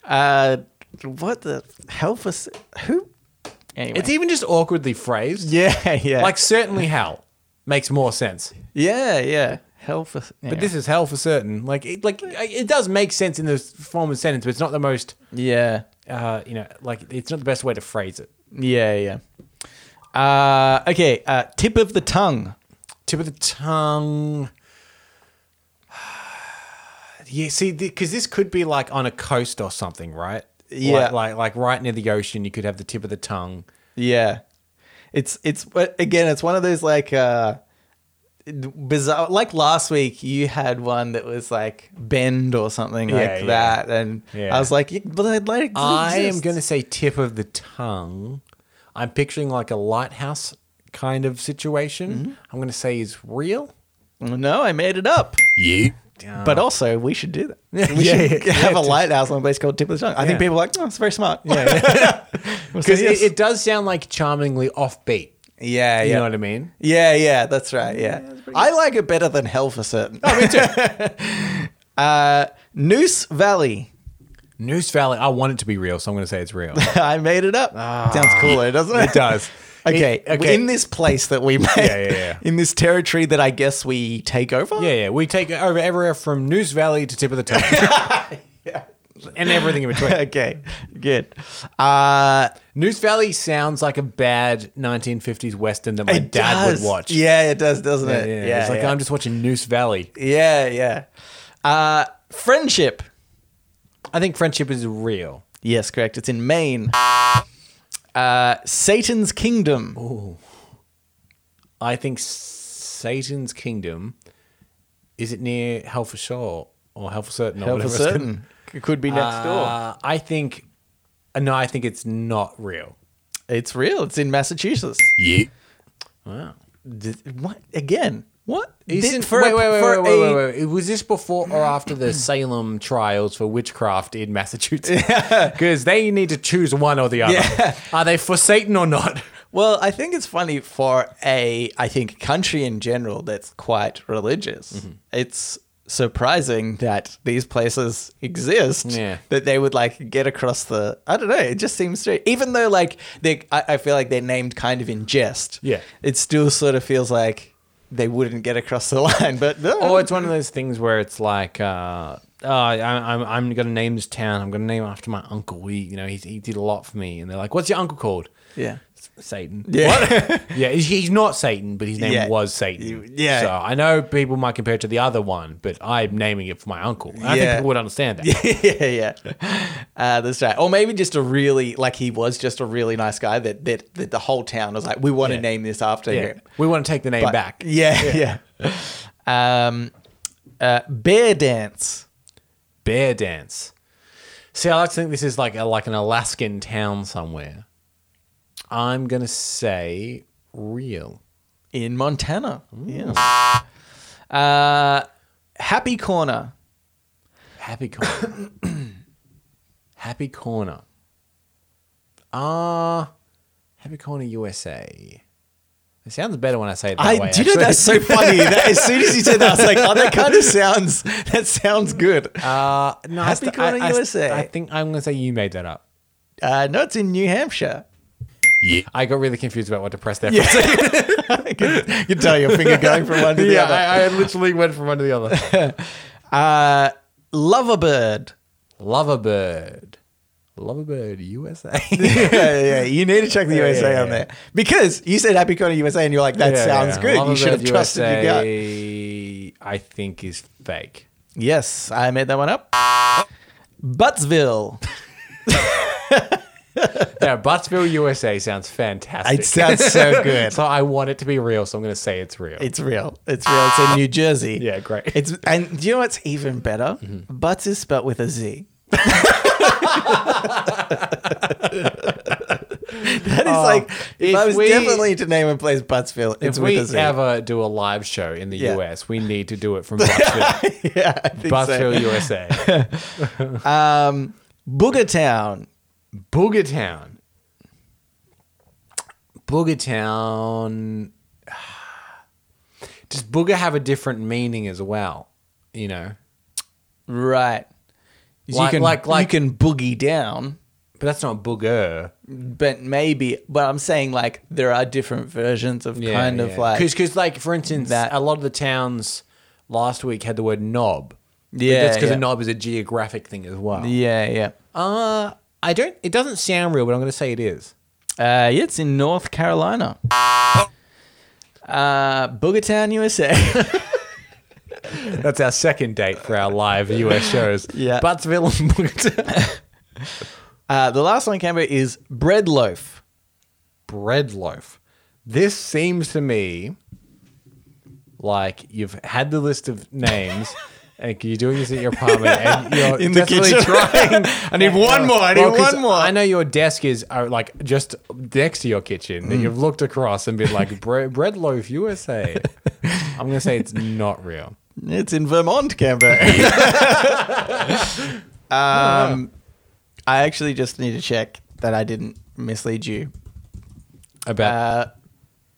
Uh, what the hell for cer- who? Anyway. It's even just awkwardly phrased. e-, yeah, yeah. Like certainly hell makes more sense. Yeah, yeah. Hell for. But this is hell for certain. Like, it, like it does make sense in the form of sentence, but it's not the most, Yeah. uh, you know, like it's not the best way to phrase it. Yeah, yeah. Uh, okay, uh, tip of the tongue. Tip of the tongue. Yeah, see, because this could be like on a coast or something, right? Yeah. like, like like right near the ocean, you could have the tip of the tongue. Yeah. It's it's but again, it's one of those like uh bizarre like last week you had one that was like bend or something like Yeah, yeah. that and Yeah. I was like, "Yeah, but I'd like it I am exists." going to say tip of the tongue. I'm picturing like a lighthouse kind of situation. I'm going to say is real. No, I made it up. Yeah. But also we should do that. We Oh. Yeah, should yeah, have yeah, a lighthouse on a place called Tip of the Tongue. I think Yeah. people are like, oh, it's very smart. Yeah, Because it, it does sound like charmingly offbeat. yeah, yeah. You know what I mean? Yeah, yeah, that's right. Yeah, I like it better than hell for certain. Oh, me too. uh, Noose Valley. Noose Valley. I want it to be real, so I'm going to say it's real. I made it up. Sounds cooler, doesn't Ah. it? eh, it does. Okay, It- okay. in this place that we made, yeah, yeah. in this territory that I guess we take over. yeah, yeah. We take over everywhere from Noose Valley to tip of the tongue. And everything in between. Okay, good. Uh, Noose Valley sounds like a bad 1950s western that my it dad does. would watch. Yeah, it does, doesn't yeah. it? yeah. yeah, it's like yeah. I'm just watching Noose Valley. yeah, yeah. Uh, friendship. I think friendship is real. Yes, correct. It's in Maine. Uh, Satan's Kingdom. I think Satan's Kingdom is it near Hell for Sure or Hell for Certain? Or Hell for whatever it's called? certain. It could be next door. Uh, I think uh, no, I think it's not real. It's real. It's in Massachusetts. Yeah. Wow. Th- What again? What Isn't, Th- for a- wait, wait, wait, for wait, wait, a- wait, wait, wait. Was this before or after the Salem trials for witchcraft in Massachusetts? Because they need to choose one or the other. Yeah. Are they for Satan or not? Well, I think it's funny for a I think country in general that's quite religious. Mm-hmm. It's surprising that these places exist. Yeah. That they would like get across the I don't know. It just seems strange. Even though like they, I, I feel like they're named kind of in jest. Yeah. It still sort of feels like they wouldn't get across the line. But no. Or it's one of those things where it's like, uh, oh, I, I'm, I'm going to name this town. I'm going to name it after my uncle. We, you know, he, he did a lot for me. And they're like, what's your uncle called? yeah. Satan. Yeah. What? yeah. He's, he's not Satan, but his name Yeah. was Satan. Yeah. So I know people might compare it to the other one, but I'm naming it for my uncle. And I think Yeah. people would understand that. yeah, yeah. Uh, that's right. Or maybe just a really like he was just a really nice guy that that, that the whole town was like, we want Yeah. to name this after Yeah. him. We want to take the name But- back. Yeah, yeah. um, uh, bear dance. Bear dance. See, I like to think this is like a, like an Alaskan town somewhere. I'm gonna say real. in Montana. Yeah. Uh, Happy Corner. Happy corner. Happy corner. Ah, Happy Corner USA. It sounds better when I say it that I way. did actually. it. That's so funny. That, as soon as you said that, I was like, oh, that kind of sounds. That sounds good. Uh, no, I Happy st- Corner I, I st- USA. I think I'm gonna say you made that up. Uh, no, it's in New Hampshire. Yeah. I got really confused about what to press there. Yeah. you can you can tell your finger going from one to the yeah other. I, I literally went from one to the other. Uh, Loverbird. Loverbird. Loverbird USA. yeah, yeah. You need to check the Yeah, USA yeah, on yeah. there because you said Happy Corner USA, and you're like, that sounds good. you should have trusted your gut. your gut. I think is fake. Yes, I made that one up. Buttsville. Yeah, Buttsville USA sounds fantastic. It sounds so good. so I want it to be real, so I'm going to say it's real. It's real. It's real. It's in New Jersey. Yeah, great. It's and do you know what's even better? Butts is spelt with a Z. that is like if, Oh, if I was we- definitely to name a place Buttsville, it's if with we a Z. ever do a live show in the Yeah. US, we need to do it from Buttsville, yeah, I think Buttsville so. USA. Um, Boogertown. Boogertown. Boogertown. Does booger have a different meaning as well? You know? Right. Like- you can like- like- you can boogie down, But that's not booger. but maybe. But I'm saying like there are different versions of kind of like because like for instance that- a lot of the towns last week had the word knob. But Yeah, that's because yeah. a knob is a geographic thing as well. Yeah, yeah. Uh, I don't. It doesn't sound real, but I'm going to say it is. Uh, yeah, it's in North Carolina. Uh, Boogertown, USA. That's our second date for our live US shows. Yeah. Buttsville and Boogertown. uh, the last one, Canberra, is bread loaf. bread loaf. This seems to me like you've had the list of names. And you're doing this at your apartment, and you're In the desperately kitchen. trying. I need one more, I need one more. I know your desk is uh, like just next to your kitchen. Mm. That you've looked across and been like, Bre- "Bread loaf USA." I'm gonna say it's not real. It's in Vermont, Canberra. um, I actually just need to check that I didn't mislead you. About Uh,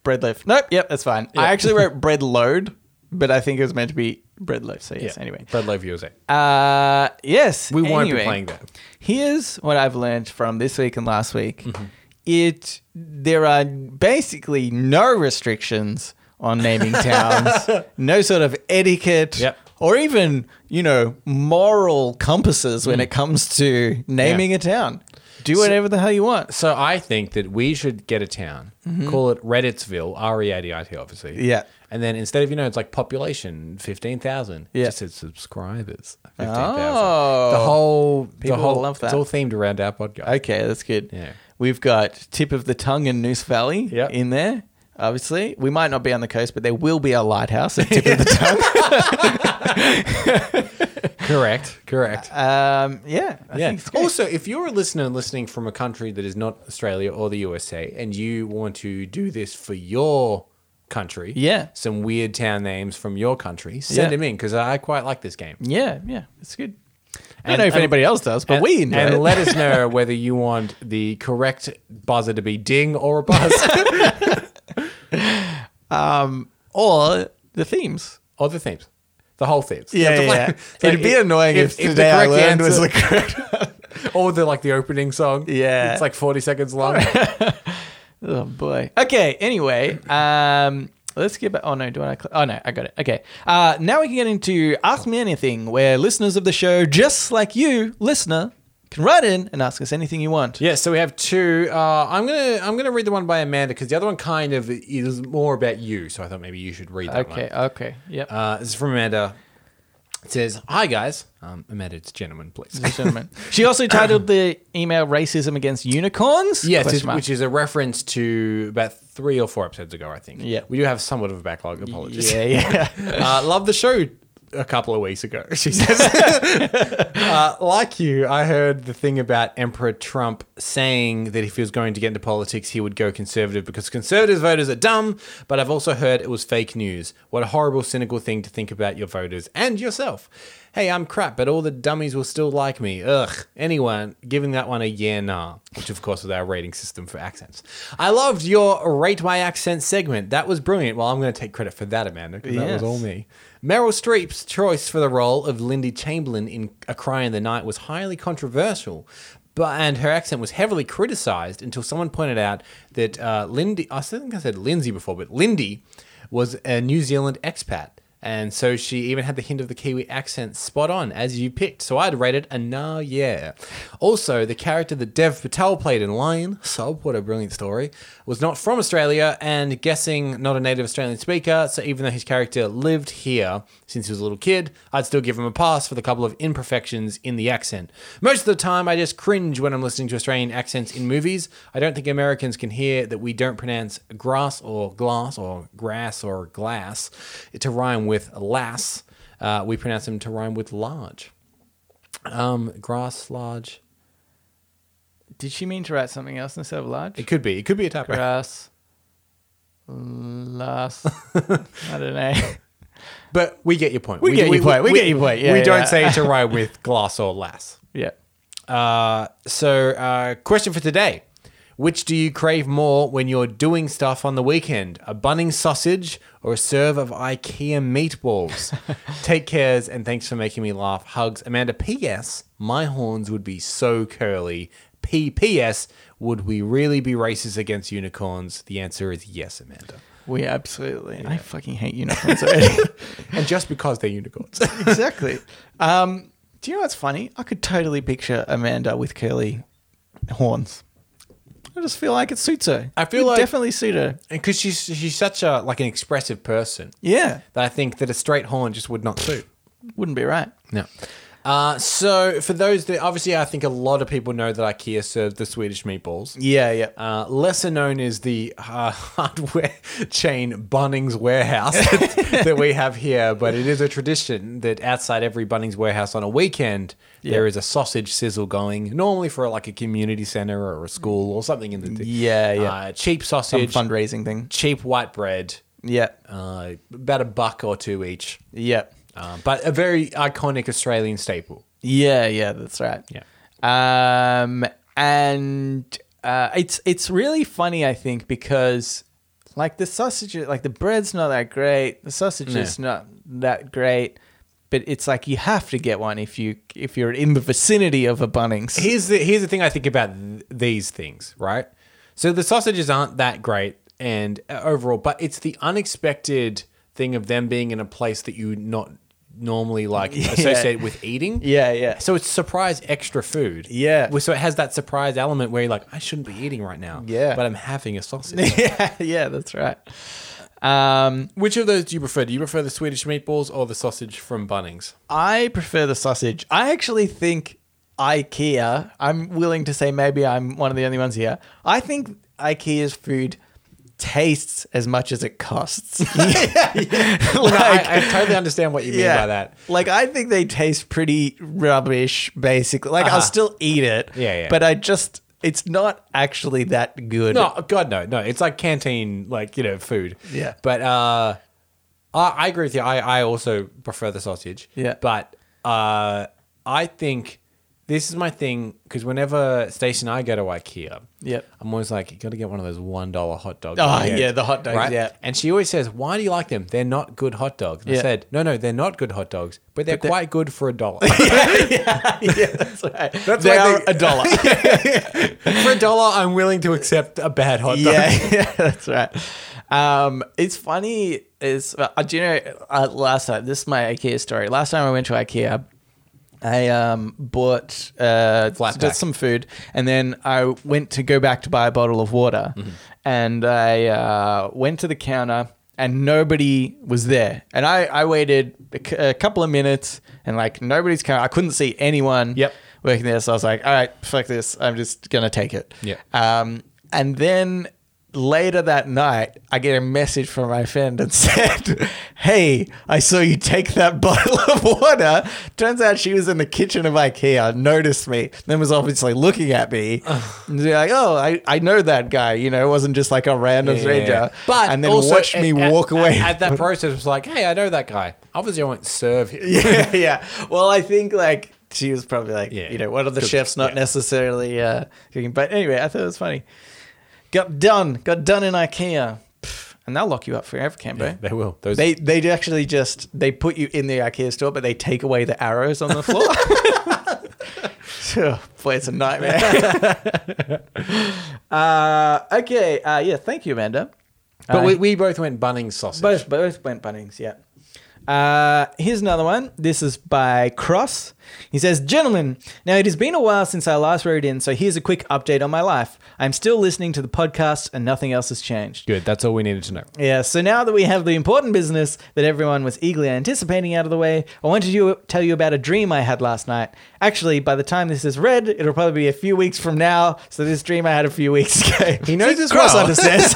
bread loaf. Nope. Yep, that's fine. I actually wrote bread load, but I think it was meant to be bread loaf. So yes. Anyway. bread loaf USA. Uh, yes. We won't be anyway. playing that. Here's what I've learned from this week and last week. Mm-hmm. It there are basically no restrictions on naming towns, no sort of etiquette, Yep. or even you know moral compasses Mm. when it comes to naming a town. Do whatever the hell you want. So I think that we should get a town, call it Redditsville, R E A D I T, obviously. Mm-hmm. Yeah. And then instead of, you know, it's like population, 15,000. It Yeah. just says subscribers, 15,000. Oh. The whole, the People will whole, love It's that. all themed around our podcast. Okay, that's good. Yeah. We've got tip of the tongue in Noose Valley Yep. in there. Obviously, we might not be on the coast, but there will be a lighthouse at tip of the tongue. Correct. Correct. Um, yeah, I yeah. think it's good. Also, if you're a listener listening from a country that is not Australia or the USA and you want to do this for your country, Yeah. some weird town names from your country, send Yeah. them in because I quite like this game. Yeah, yeah, it's good. I And- don't know if and- anybody else does, but and, we enjoy and it. let us know whether you want the correct buzzer to be ding or a buzz or the themes. or the themes the whole themes You Yeah, have to yeah, play- yeah. So It'd be annoying if the today I correct learned was the correct or the like the opening song Yeah. it's like 40 seconds long Oh boy. Okay. Anyway, um, let's get back. Oh no, do I? Cl- oh no, I got it. Okay. Uh, now we can get into ask me anything, where listeners of the show, just like you, listener, can write in and ask us anything you want. yeah so we have two uh, i'm gonna i'm gonna read the one by amanda because the other one kind of is more about you so i thought maybe you should read that one Okay. Okay. Yep. uh, this is from amanda it says hi guys um, amanda it's gentlemen please Gentlemen. She also titled the email "Racism Against Unicorns." Yes, Question it's- mark. which is a reference to about three or four episodes ago, I think. Yeah. We do have somewhat of a backlog. Apologies. yeah, yeah. Uh, love the show a couple of weeks ago, she says. uh, like you, I heard the thing about Emperor Trump saying that if he was going to get into politics, he would go conservative because conservative voters are dumb. But I've also heard it was fake news. What a horrible, cynical thing to think about your voters and yourself. Hey, I'm crap, but all the dummies will still like me. Ugh. Anyone giving that one a yeah, nah, which of course is our rating system for accents. I loved your rate my accent segment. That was brilliant. Well, I'm going to take credit for that, Amanda, 'cause that Yes. was all me. Meryl Streep's choice for the role of Lindy Chamberlain in A Cry in the Night was highly controversial, but and her accent was heavily criticized until someone pointed out that uh, Lindy, I still think I said Lindsay before, but Lindy was a New Zealand expat. And so she even had the hint of the Kiwi accent spot on as you picked. So I'd rate it a nah, yeah. Also, the character that Dev Patel played in Lion, sub, what a brilliant story, was not from Australia and guessing not a native Australian speaker. So even though his character lived here since he was a little kid, I'd still give him a pass for the couple of imperfections in the accent. Most of the time, I just cringe when I'm listening to Australian accents in movies. I don't think Americans can hear that we don't pronounce grass or glass or grass or glass to rhyme with lass. Uh, we pronounce them to rhyme with large. Um, grass, large. Did she mean to write something else instead of large? It could be. It could be a typo. Grass. Last. I don't know. But we get your point. We get your point. We get your point. Yeah, we yeah, don't yeah. say to rhyme with glass or lass. yeah. Uh, so, uh, question for today. Which do you crave more when you're doing stuff on the weekend? A bunning sausage or a serve of IKEA meatballs? Take cares and thanks for making me laugh. Hugs. Amanda, P.S. My horns would be so curly. P.P.S. Would we really be racist against unicorns? The answer is yes, Amanda. We absolutely. I fucking hate unicorns already. And just because they're unicorns. exactly. Um, do you know what's funny? I could totally picture Amanda with curly horns. I just feel like it suits her. I feel Would like- definitely suit her. Because she's she's such a like an expressive person Yeah, that I think that a straight horn just would not suit. wouldn't be right. No. Uh, so for those that obviously I think a lot of people know that IKEA served the Swedish meatballs. Yeah, yeah. Uh, lesser known is the uh, hardware chain Bunnings Warehouse that we have here, but it is a tradition that outside every Bunnings Warehouse on a weekend there is a sausage sizzle going, normally for like a community center or a school or something in the Yeah, yeah. Uh, cheap Some sausage, fundraising thing. cheap white bread, Yeah, uh, about a buck or two each, yeah, uh, but a very iconic Australian staple. yeah, yeah. That's right. Um, and uh, it's it's really funny, I think, because like the sausage, like the bread's not that great, the sausage is not that great, but it's like you have to get one if you if you're in the vicinity of a Bunnings. Here's the here's the thing I think about th- these things, right? So the sausages aren't that great and uh, overall, but it's the unexpected thing of them being in a place that you not normally like associate with eating. yeah, yeah. So it's surprise extra food. Yeah. Well, So it has that surprise element where you're like, I shouldn't be eating right now. Yeah. But I'm having a sausage. yeah, yeah, that's right. Um, Which of those do you prefer? Do you prefer the Swedish meatballs or the sausage from Bunnings? I prefer the sausage. I actually think IKEA. I'm willing to say maybe I'm one of the only ones here. I think IKEA's food tastes as much as it costs. No, I- Like- I, totally understand what you mean by that. Like I think they taste pretty rubbish, basically. Like I'll still eat it. Uh-huh. Yeah, yeah. But I just it's not actually that good. No, God, no, no. It's like canteen, like you know, food. Yeah. But uh, I, I agree with you. I, I also prefer the sausage. Yeah. But uh, I think this is my thing because whenever Stacey and I go to IKEA, Yep. I'm always like, you got to get one of those one dollar hot dogs. Oh, you get," yeah, the hot dogs, yeah. And she always says, "Why do you like them? They're not good hot dogs." And Yeah. I said, "No, no, they're not good hot dogs, but they're they're- quite good for a dollar." yeah, that's right. That's they why are they- a dollar. for a dollar, I'm willing to accept a bad hot dog. yeah, yeah, that's right. Um, it's funny. Is uh, do you know? Uh, last time, this is my IKEA story. Last time I went to IKEA, I um, bought uh, Flat just pack. some food, and then I went to go back to buy a bottle of water, Mm-hmm. and I uh, went to the counter. And nobody was there. And I, I waited a, c- a couple of minutes and like nobody's coming. I couldn't see anyone Yep. working there. So I was like, all right, fuck this. I'm just going to take it. Yeah. Um, and then later that night, I get a message from my friend and said, Hey, I saw you take that bottle of water. Turns out she was in the kitchen of IKEA, noticed me, then was obviously looking at me. and they're like, Oh, I, I know that guy. You know, it wasn't just like a random stranger. But and then also watched me at- walk at- away. At, that process, was like, hey, I know that guy. Obviously, I won't serve him. yeah, yeah. Well, I think like she was probably like, Yeah. you know, one of the Could- chefs, not yeah. necessarily uh, cooking. But anyway, I thought it was funny. Got done, got done in IKEA, Pff, and they'll lock you up forever, Cambo. They will. Those They they actually just they put you in the IKEA store, but they take away the arrows on the floor. Phew, Boy, it's a nightmare. uh, okay, uh, yeah, thank you, Amanda. but Uh, we, we both went Bunnings sausage. both both went Bunnings, yeah. Uh, here's another one. This is by Cross. He says, Gentlemen, now it has been a while since I last wrote in, so here's a quick update on my life. I'm still listening to the podcast and nothing else has changed. Good. That's all we needed to know. Yeah, so now that we have the important business that everyone was eagerly anticipating out of the way, I wanted to tell you about a dream I had last night. Actually, by the time this is read, it'll probably be a few weeks from now, so this dream I had a few weeks ago. He knows as Cross well. understands.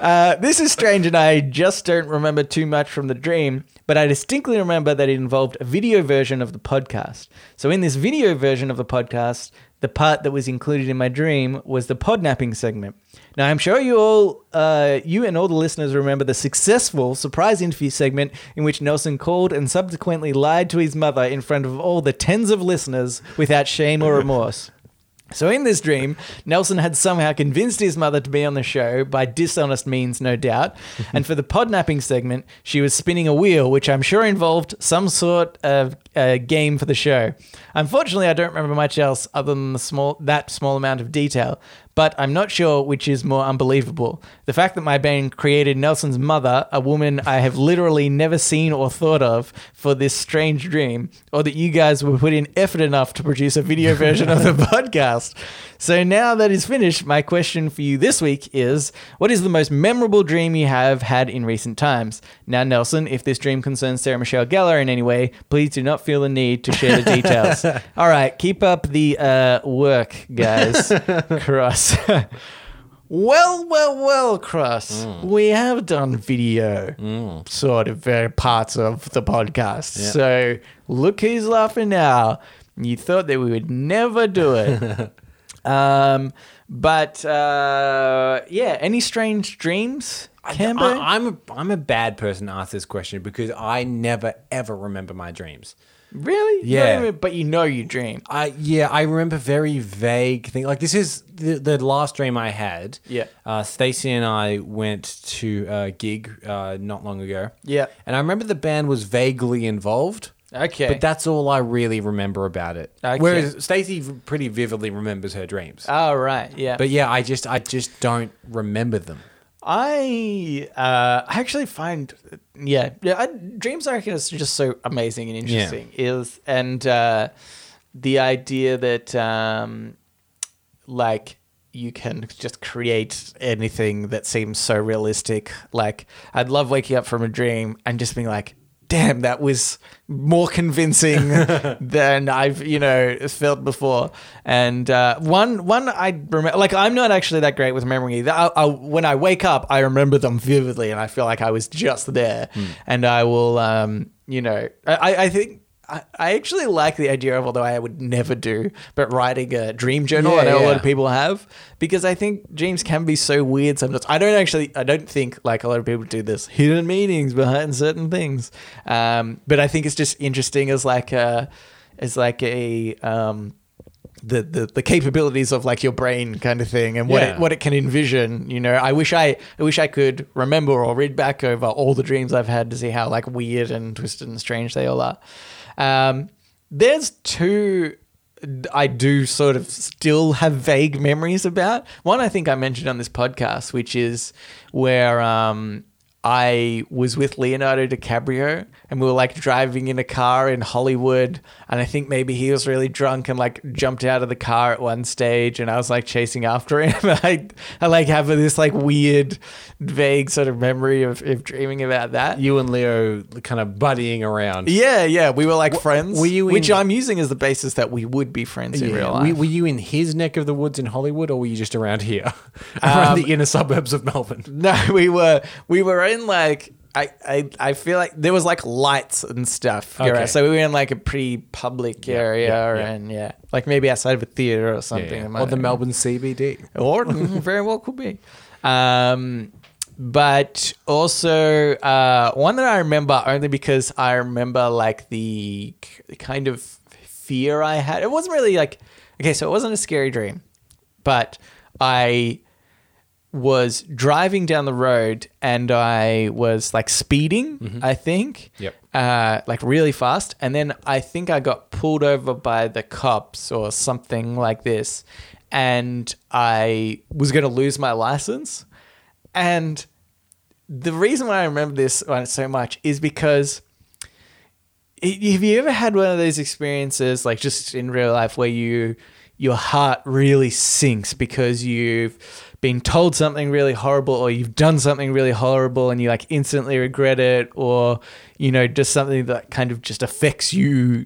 uh, this is strange, and I just don't remember too much from the dream, but I distinctly remember that it involved a video version of the podcast. So, in this video version of the podcast, the part that was included in my dream was the podnapping segment. Now, I'm sure you all, uh, you and all the listeners remember the successful surprise interview segment in which Nelson called and subsequently lied to his mother in front of all the tens of listeners without shame or remorse. So in this dream, Nelson had somehow convinced his mother to be on the show by dishonest means, no doubt. and for the podnapping segment, she was spinning a wheel, which I'm sure involved some sort of uh, game for the show. Unfortunately, I don't remember much else other than the small that small amount of detail. but I'm not sure which is more unbelievable. The fact that my band created Nelson's mother, a woman I have literally never seen or thought of, for this strange dream, or that you guys were put in effort enough to produce a video version of the podcast. So now that is finished, my question for you this week is what is the most memorable dream you have had in recent times? Now, Nelson, if this dream concerns Sarah Michelle Gellar in any way, please do not feel the need to share the details. All right, keep up the uh, work, guys. Cross. well, well, well, Cross. Mm. We have done video sort of uh, parts of the podcast. So look who's laughing now. You thought that we would never do it. um, but uh, yeah, any strange dreams, Camber? I, I'm a, I'm a bad person to ask this question because I never ever remember my dreams. really? Yeah. No, but you know you dream. I yeah, I remember very vague thing. Like this is the, the last dream I had. Yeah. Uh, Stacy and I went to a gig uh, not long ago. Yeah. And I remember the band was vaguely involved. Okay. But that's all I really remember about it. Okay. Whereas Stacy v- pretty vividly remembers her dreams. Oh, right. Yeah. but yeah, I just I just don't remember them. I uh, I actually find yeah yeah I, dreams I reckon is just so amazing and interesting is and uh, the idea that um, like you can just create anything that seems so realistic like I'd love waking up from a dream and just being like damn that was more convincing than I've you know felt before and uh, one one I remember like I'm not actually that great with memory either. I, I, when I wake up I remember them vividly and I feel like I was just there and I will um, you know I, I think I, I actually like the idea of although I would never do but writing a dream journal Yeah, I know a lot of yeah. people people have because I think dreams can be so weird sometimes. I don't actually, I don't think like a lot of people do this hidden meanings behind certain things. Um, but I think it's just interesting as like a, as like a, um, the, the, the capabilities of like your brain kind of thing and what Yeah. it, what it can envision you know I wish I I wish I could remember or read back over all the dreams I've had to see how like weird and twisted and strange they all are um, there's two I do sort of still have vague memories about. One I think I mentioned on this podcast, which is where um, I was with Leonardo DiCaprio and we were like driving in a car in Hollywood. And I think maybe he was really drunk and like jumped out of the car at one stage and I was like chasing after him. I, I like have this like weird, vague sort of memory of, of dreaming about that. You and Leo kind of buddying around. Yeah, yeah, we were like friends, were you which in- I'm using as the basis that we would be friends in real life. Were, were you in his neck of the woods in Hollywood, or were you just around here, around the inner suburbs of Melbourne? No, we were we were in like I, I, I feel like there was like lights and stuff. you're Okay. right. So we were in like a pretty public area yeah. and yeah, like maybe outside of a theater or something. It might Or the have been- Melbourne CBD. or mm, very well could be. Um, but also uh, one that I remember only because I remember like the k- kind of fear I had. It wasn't really like okay, so it wasn't a scary dream, but I was driving down the road and I was like speeding, I think. Yep. Uh, like really fast. And then I think I got pulled over by the cops or something like this. And I was going to lose my license. And the reason why I remember this one so much is because have you ever had one of those experiences like just in real life where you your heart really sinks because you've been told something really horrible or you've done something really horrible and you like instantly regret it or you know just something that kind of just affects you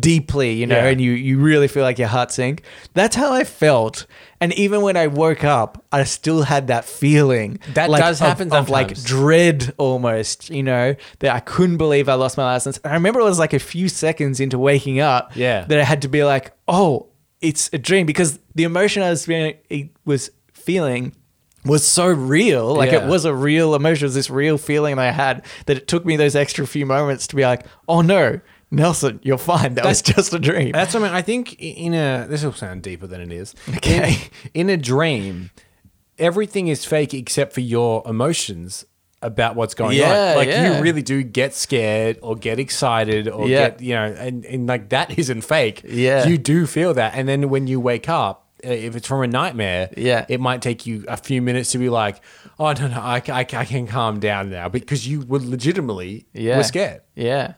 deeply you know Yeah. and you you really feel like your heart sank that's how i felt and even when i woke up i still had that feeling That like, does of- happen of like sometimes. dread almost, you know, that I couldn't believe I lost my license. And I remember it was like a few seconds into waking up Yeah. that I had to be like, oh, it's a dream because the emotion I was feeling, it was feeling was so real. Like it Yeah. was a real emotion. It was this real feeling that I had that it took me those extra few moments to be like, oh no, Nelson, you're fine. That was just a dream. That's what I mean. I think i- in a this will sound deeper than it is. Okay. In, in a dream, everything is fake except for your emotions about what's going Yeah, on. Like yeah. you really do get scared or get excited or Yeah. get you know, and, and like that isn't fake. Yeah. You do feel that. And then when you wake up, uh, if it's from a nightmare, Yeah. it might take you a few minutes to be like, oh no no, I, ca- I, ca- I can calm down now because you were legitimately Yeah. were scared. Yeah.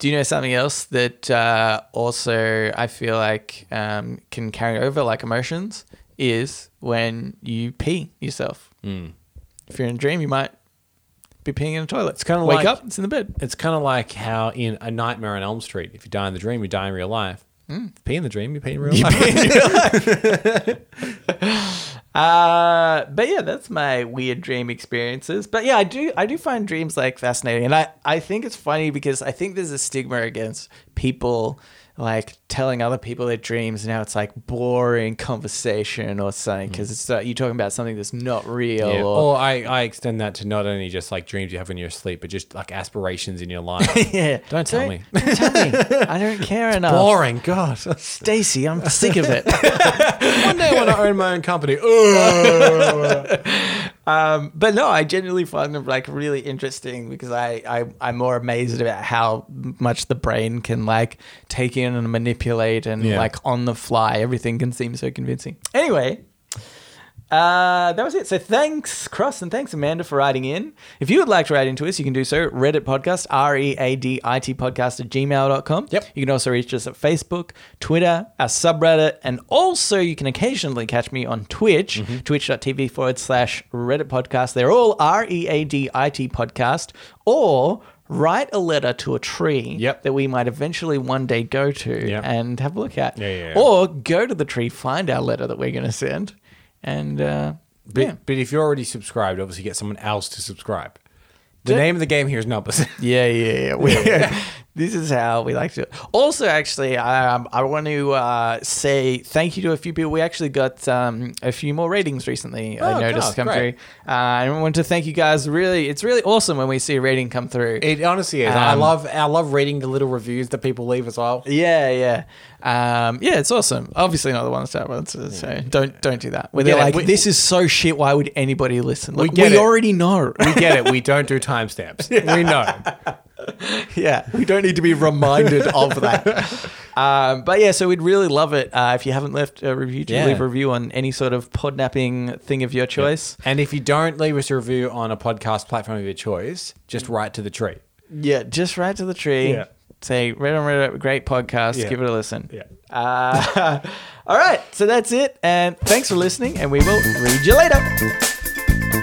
Do you know something else that uh, also I feel like um, can carry over like emotions is when you pee yourself. Hmm. If you're in a dream, you might be peeing in a toilet. It's kinda wake like- up, it's in the bed. It's kind of like how in a Nightmare on Elm Street, if you die in the dream, you die in real life. Pee in the dream, you pee in real life. Uh, but yeah, that's my weird dream experiences. But yeah, I do I do find dreams like fascinating, and I I think it's funny because I think there's a stigma against people like telling other people their dreams. Now it's like boring conversation or something because it's uh, you're talking about something that's not real. Hmm. Yeah. Oh, Or, Or I, I extend that to not only just like dreams you have when you're asleep, but just like aspirations in your life. yeah, Don't tell me. Don't tell me. I don't care enough. Boring, God. Stacy, I'm sick of it. One day when I own my own company. Ugh. but no, I genuinely find them like really interesting because I, I I'm more amazed about how much the brain can like take in and manipulate and Yeah. like on the fly everything can seem so convincing. Anyway, uh, that was it. So thanks, Cross, and thanks, Amanda, for writing in. If you would like to write into us, you can do so at Reddit Podcast, R E A D I T podcast at gmail.com. Yep. You can also reach us at Facebook, Twitter, our subreddit, and also you can occasionally catch me on Twitch, Mm-hmm. twitch.tv forward slash Reddit Podcast. They're all R E A D I T podcast, or write a letter to a tree Yep. that we might eventually one day go to Yep. and have a look at. Yeah, yeah, yeah. Or go to the tree, find our letter that we're going to send, and uh, But, yeah. but if you're already subscribed, obviously get someone else to subscribe. The Did- name of the game here is numbers. Yeah, yeah, yeah. We, this is how we like to. Also, actually, um, I want to uh, say thank you to a few people. We actually got um, a few more ratings recently. I Oh, noticed God, come great. through. Uh, and I want to thank you guys. Really, it's really awesome when we see a rating come through. it honestly is. I Um, love I love reading the little reviews that people leave as well. yeah, yeah, um, yeah. It's awesome. Obviously, not the one star ones. So don't don't do that. Where get they're it. like, We- "This is so shit. Why would anybody listen?" Like, we get it. already know. We get it. We don't do timestamps. We know. yeah, we don't need to be reminded of that. Um, but yeah, so we'd really love it uh, if you haven't left a review to Yeah. leave a review on any sort of podnapping thing of your choice. And if you don't leave us a review on a podcast platform of your choice, just write to the tree. Yeah, just right to the tree. Yeah. Say, Red on Red, great podcast. Yeah. Give it a listen. Yeah. Uh, all right, so that's it. And thanks for listening, and we will read you later.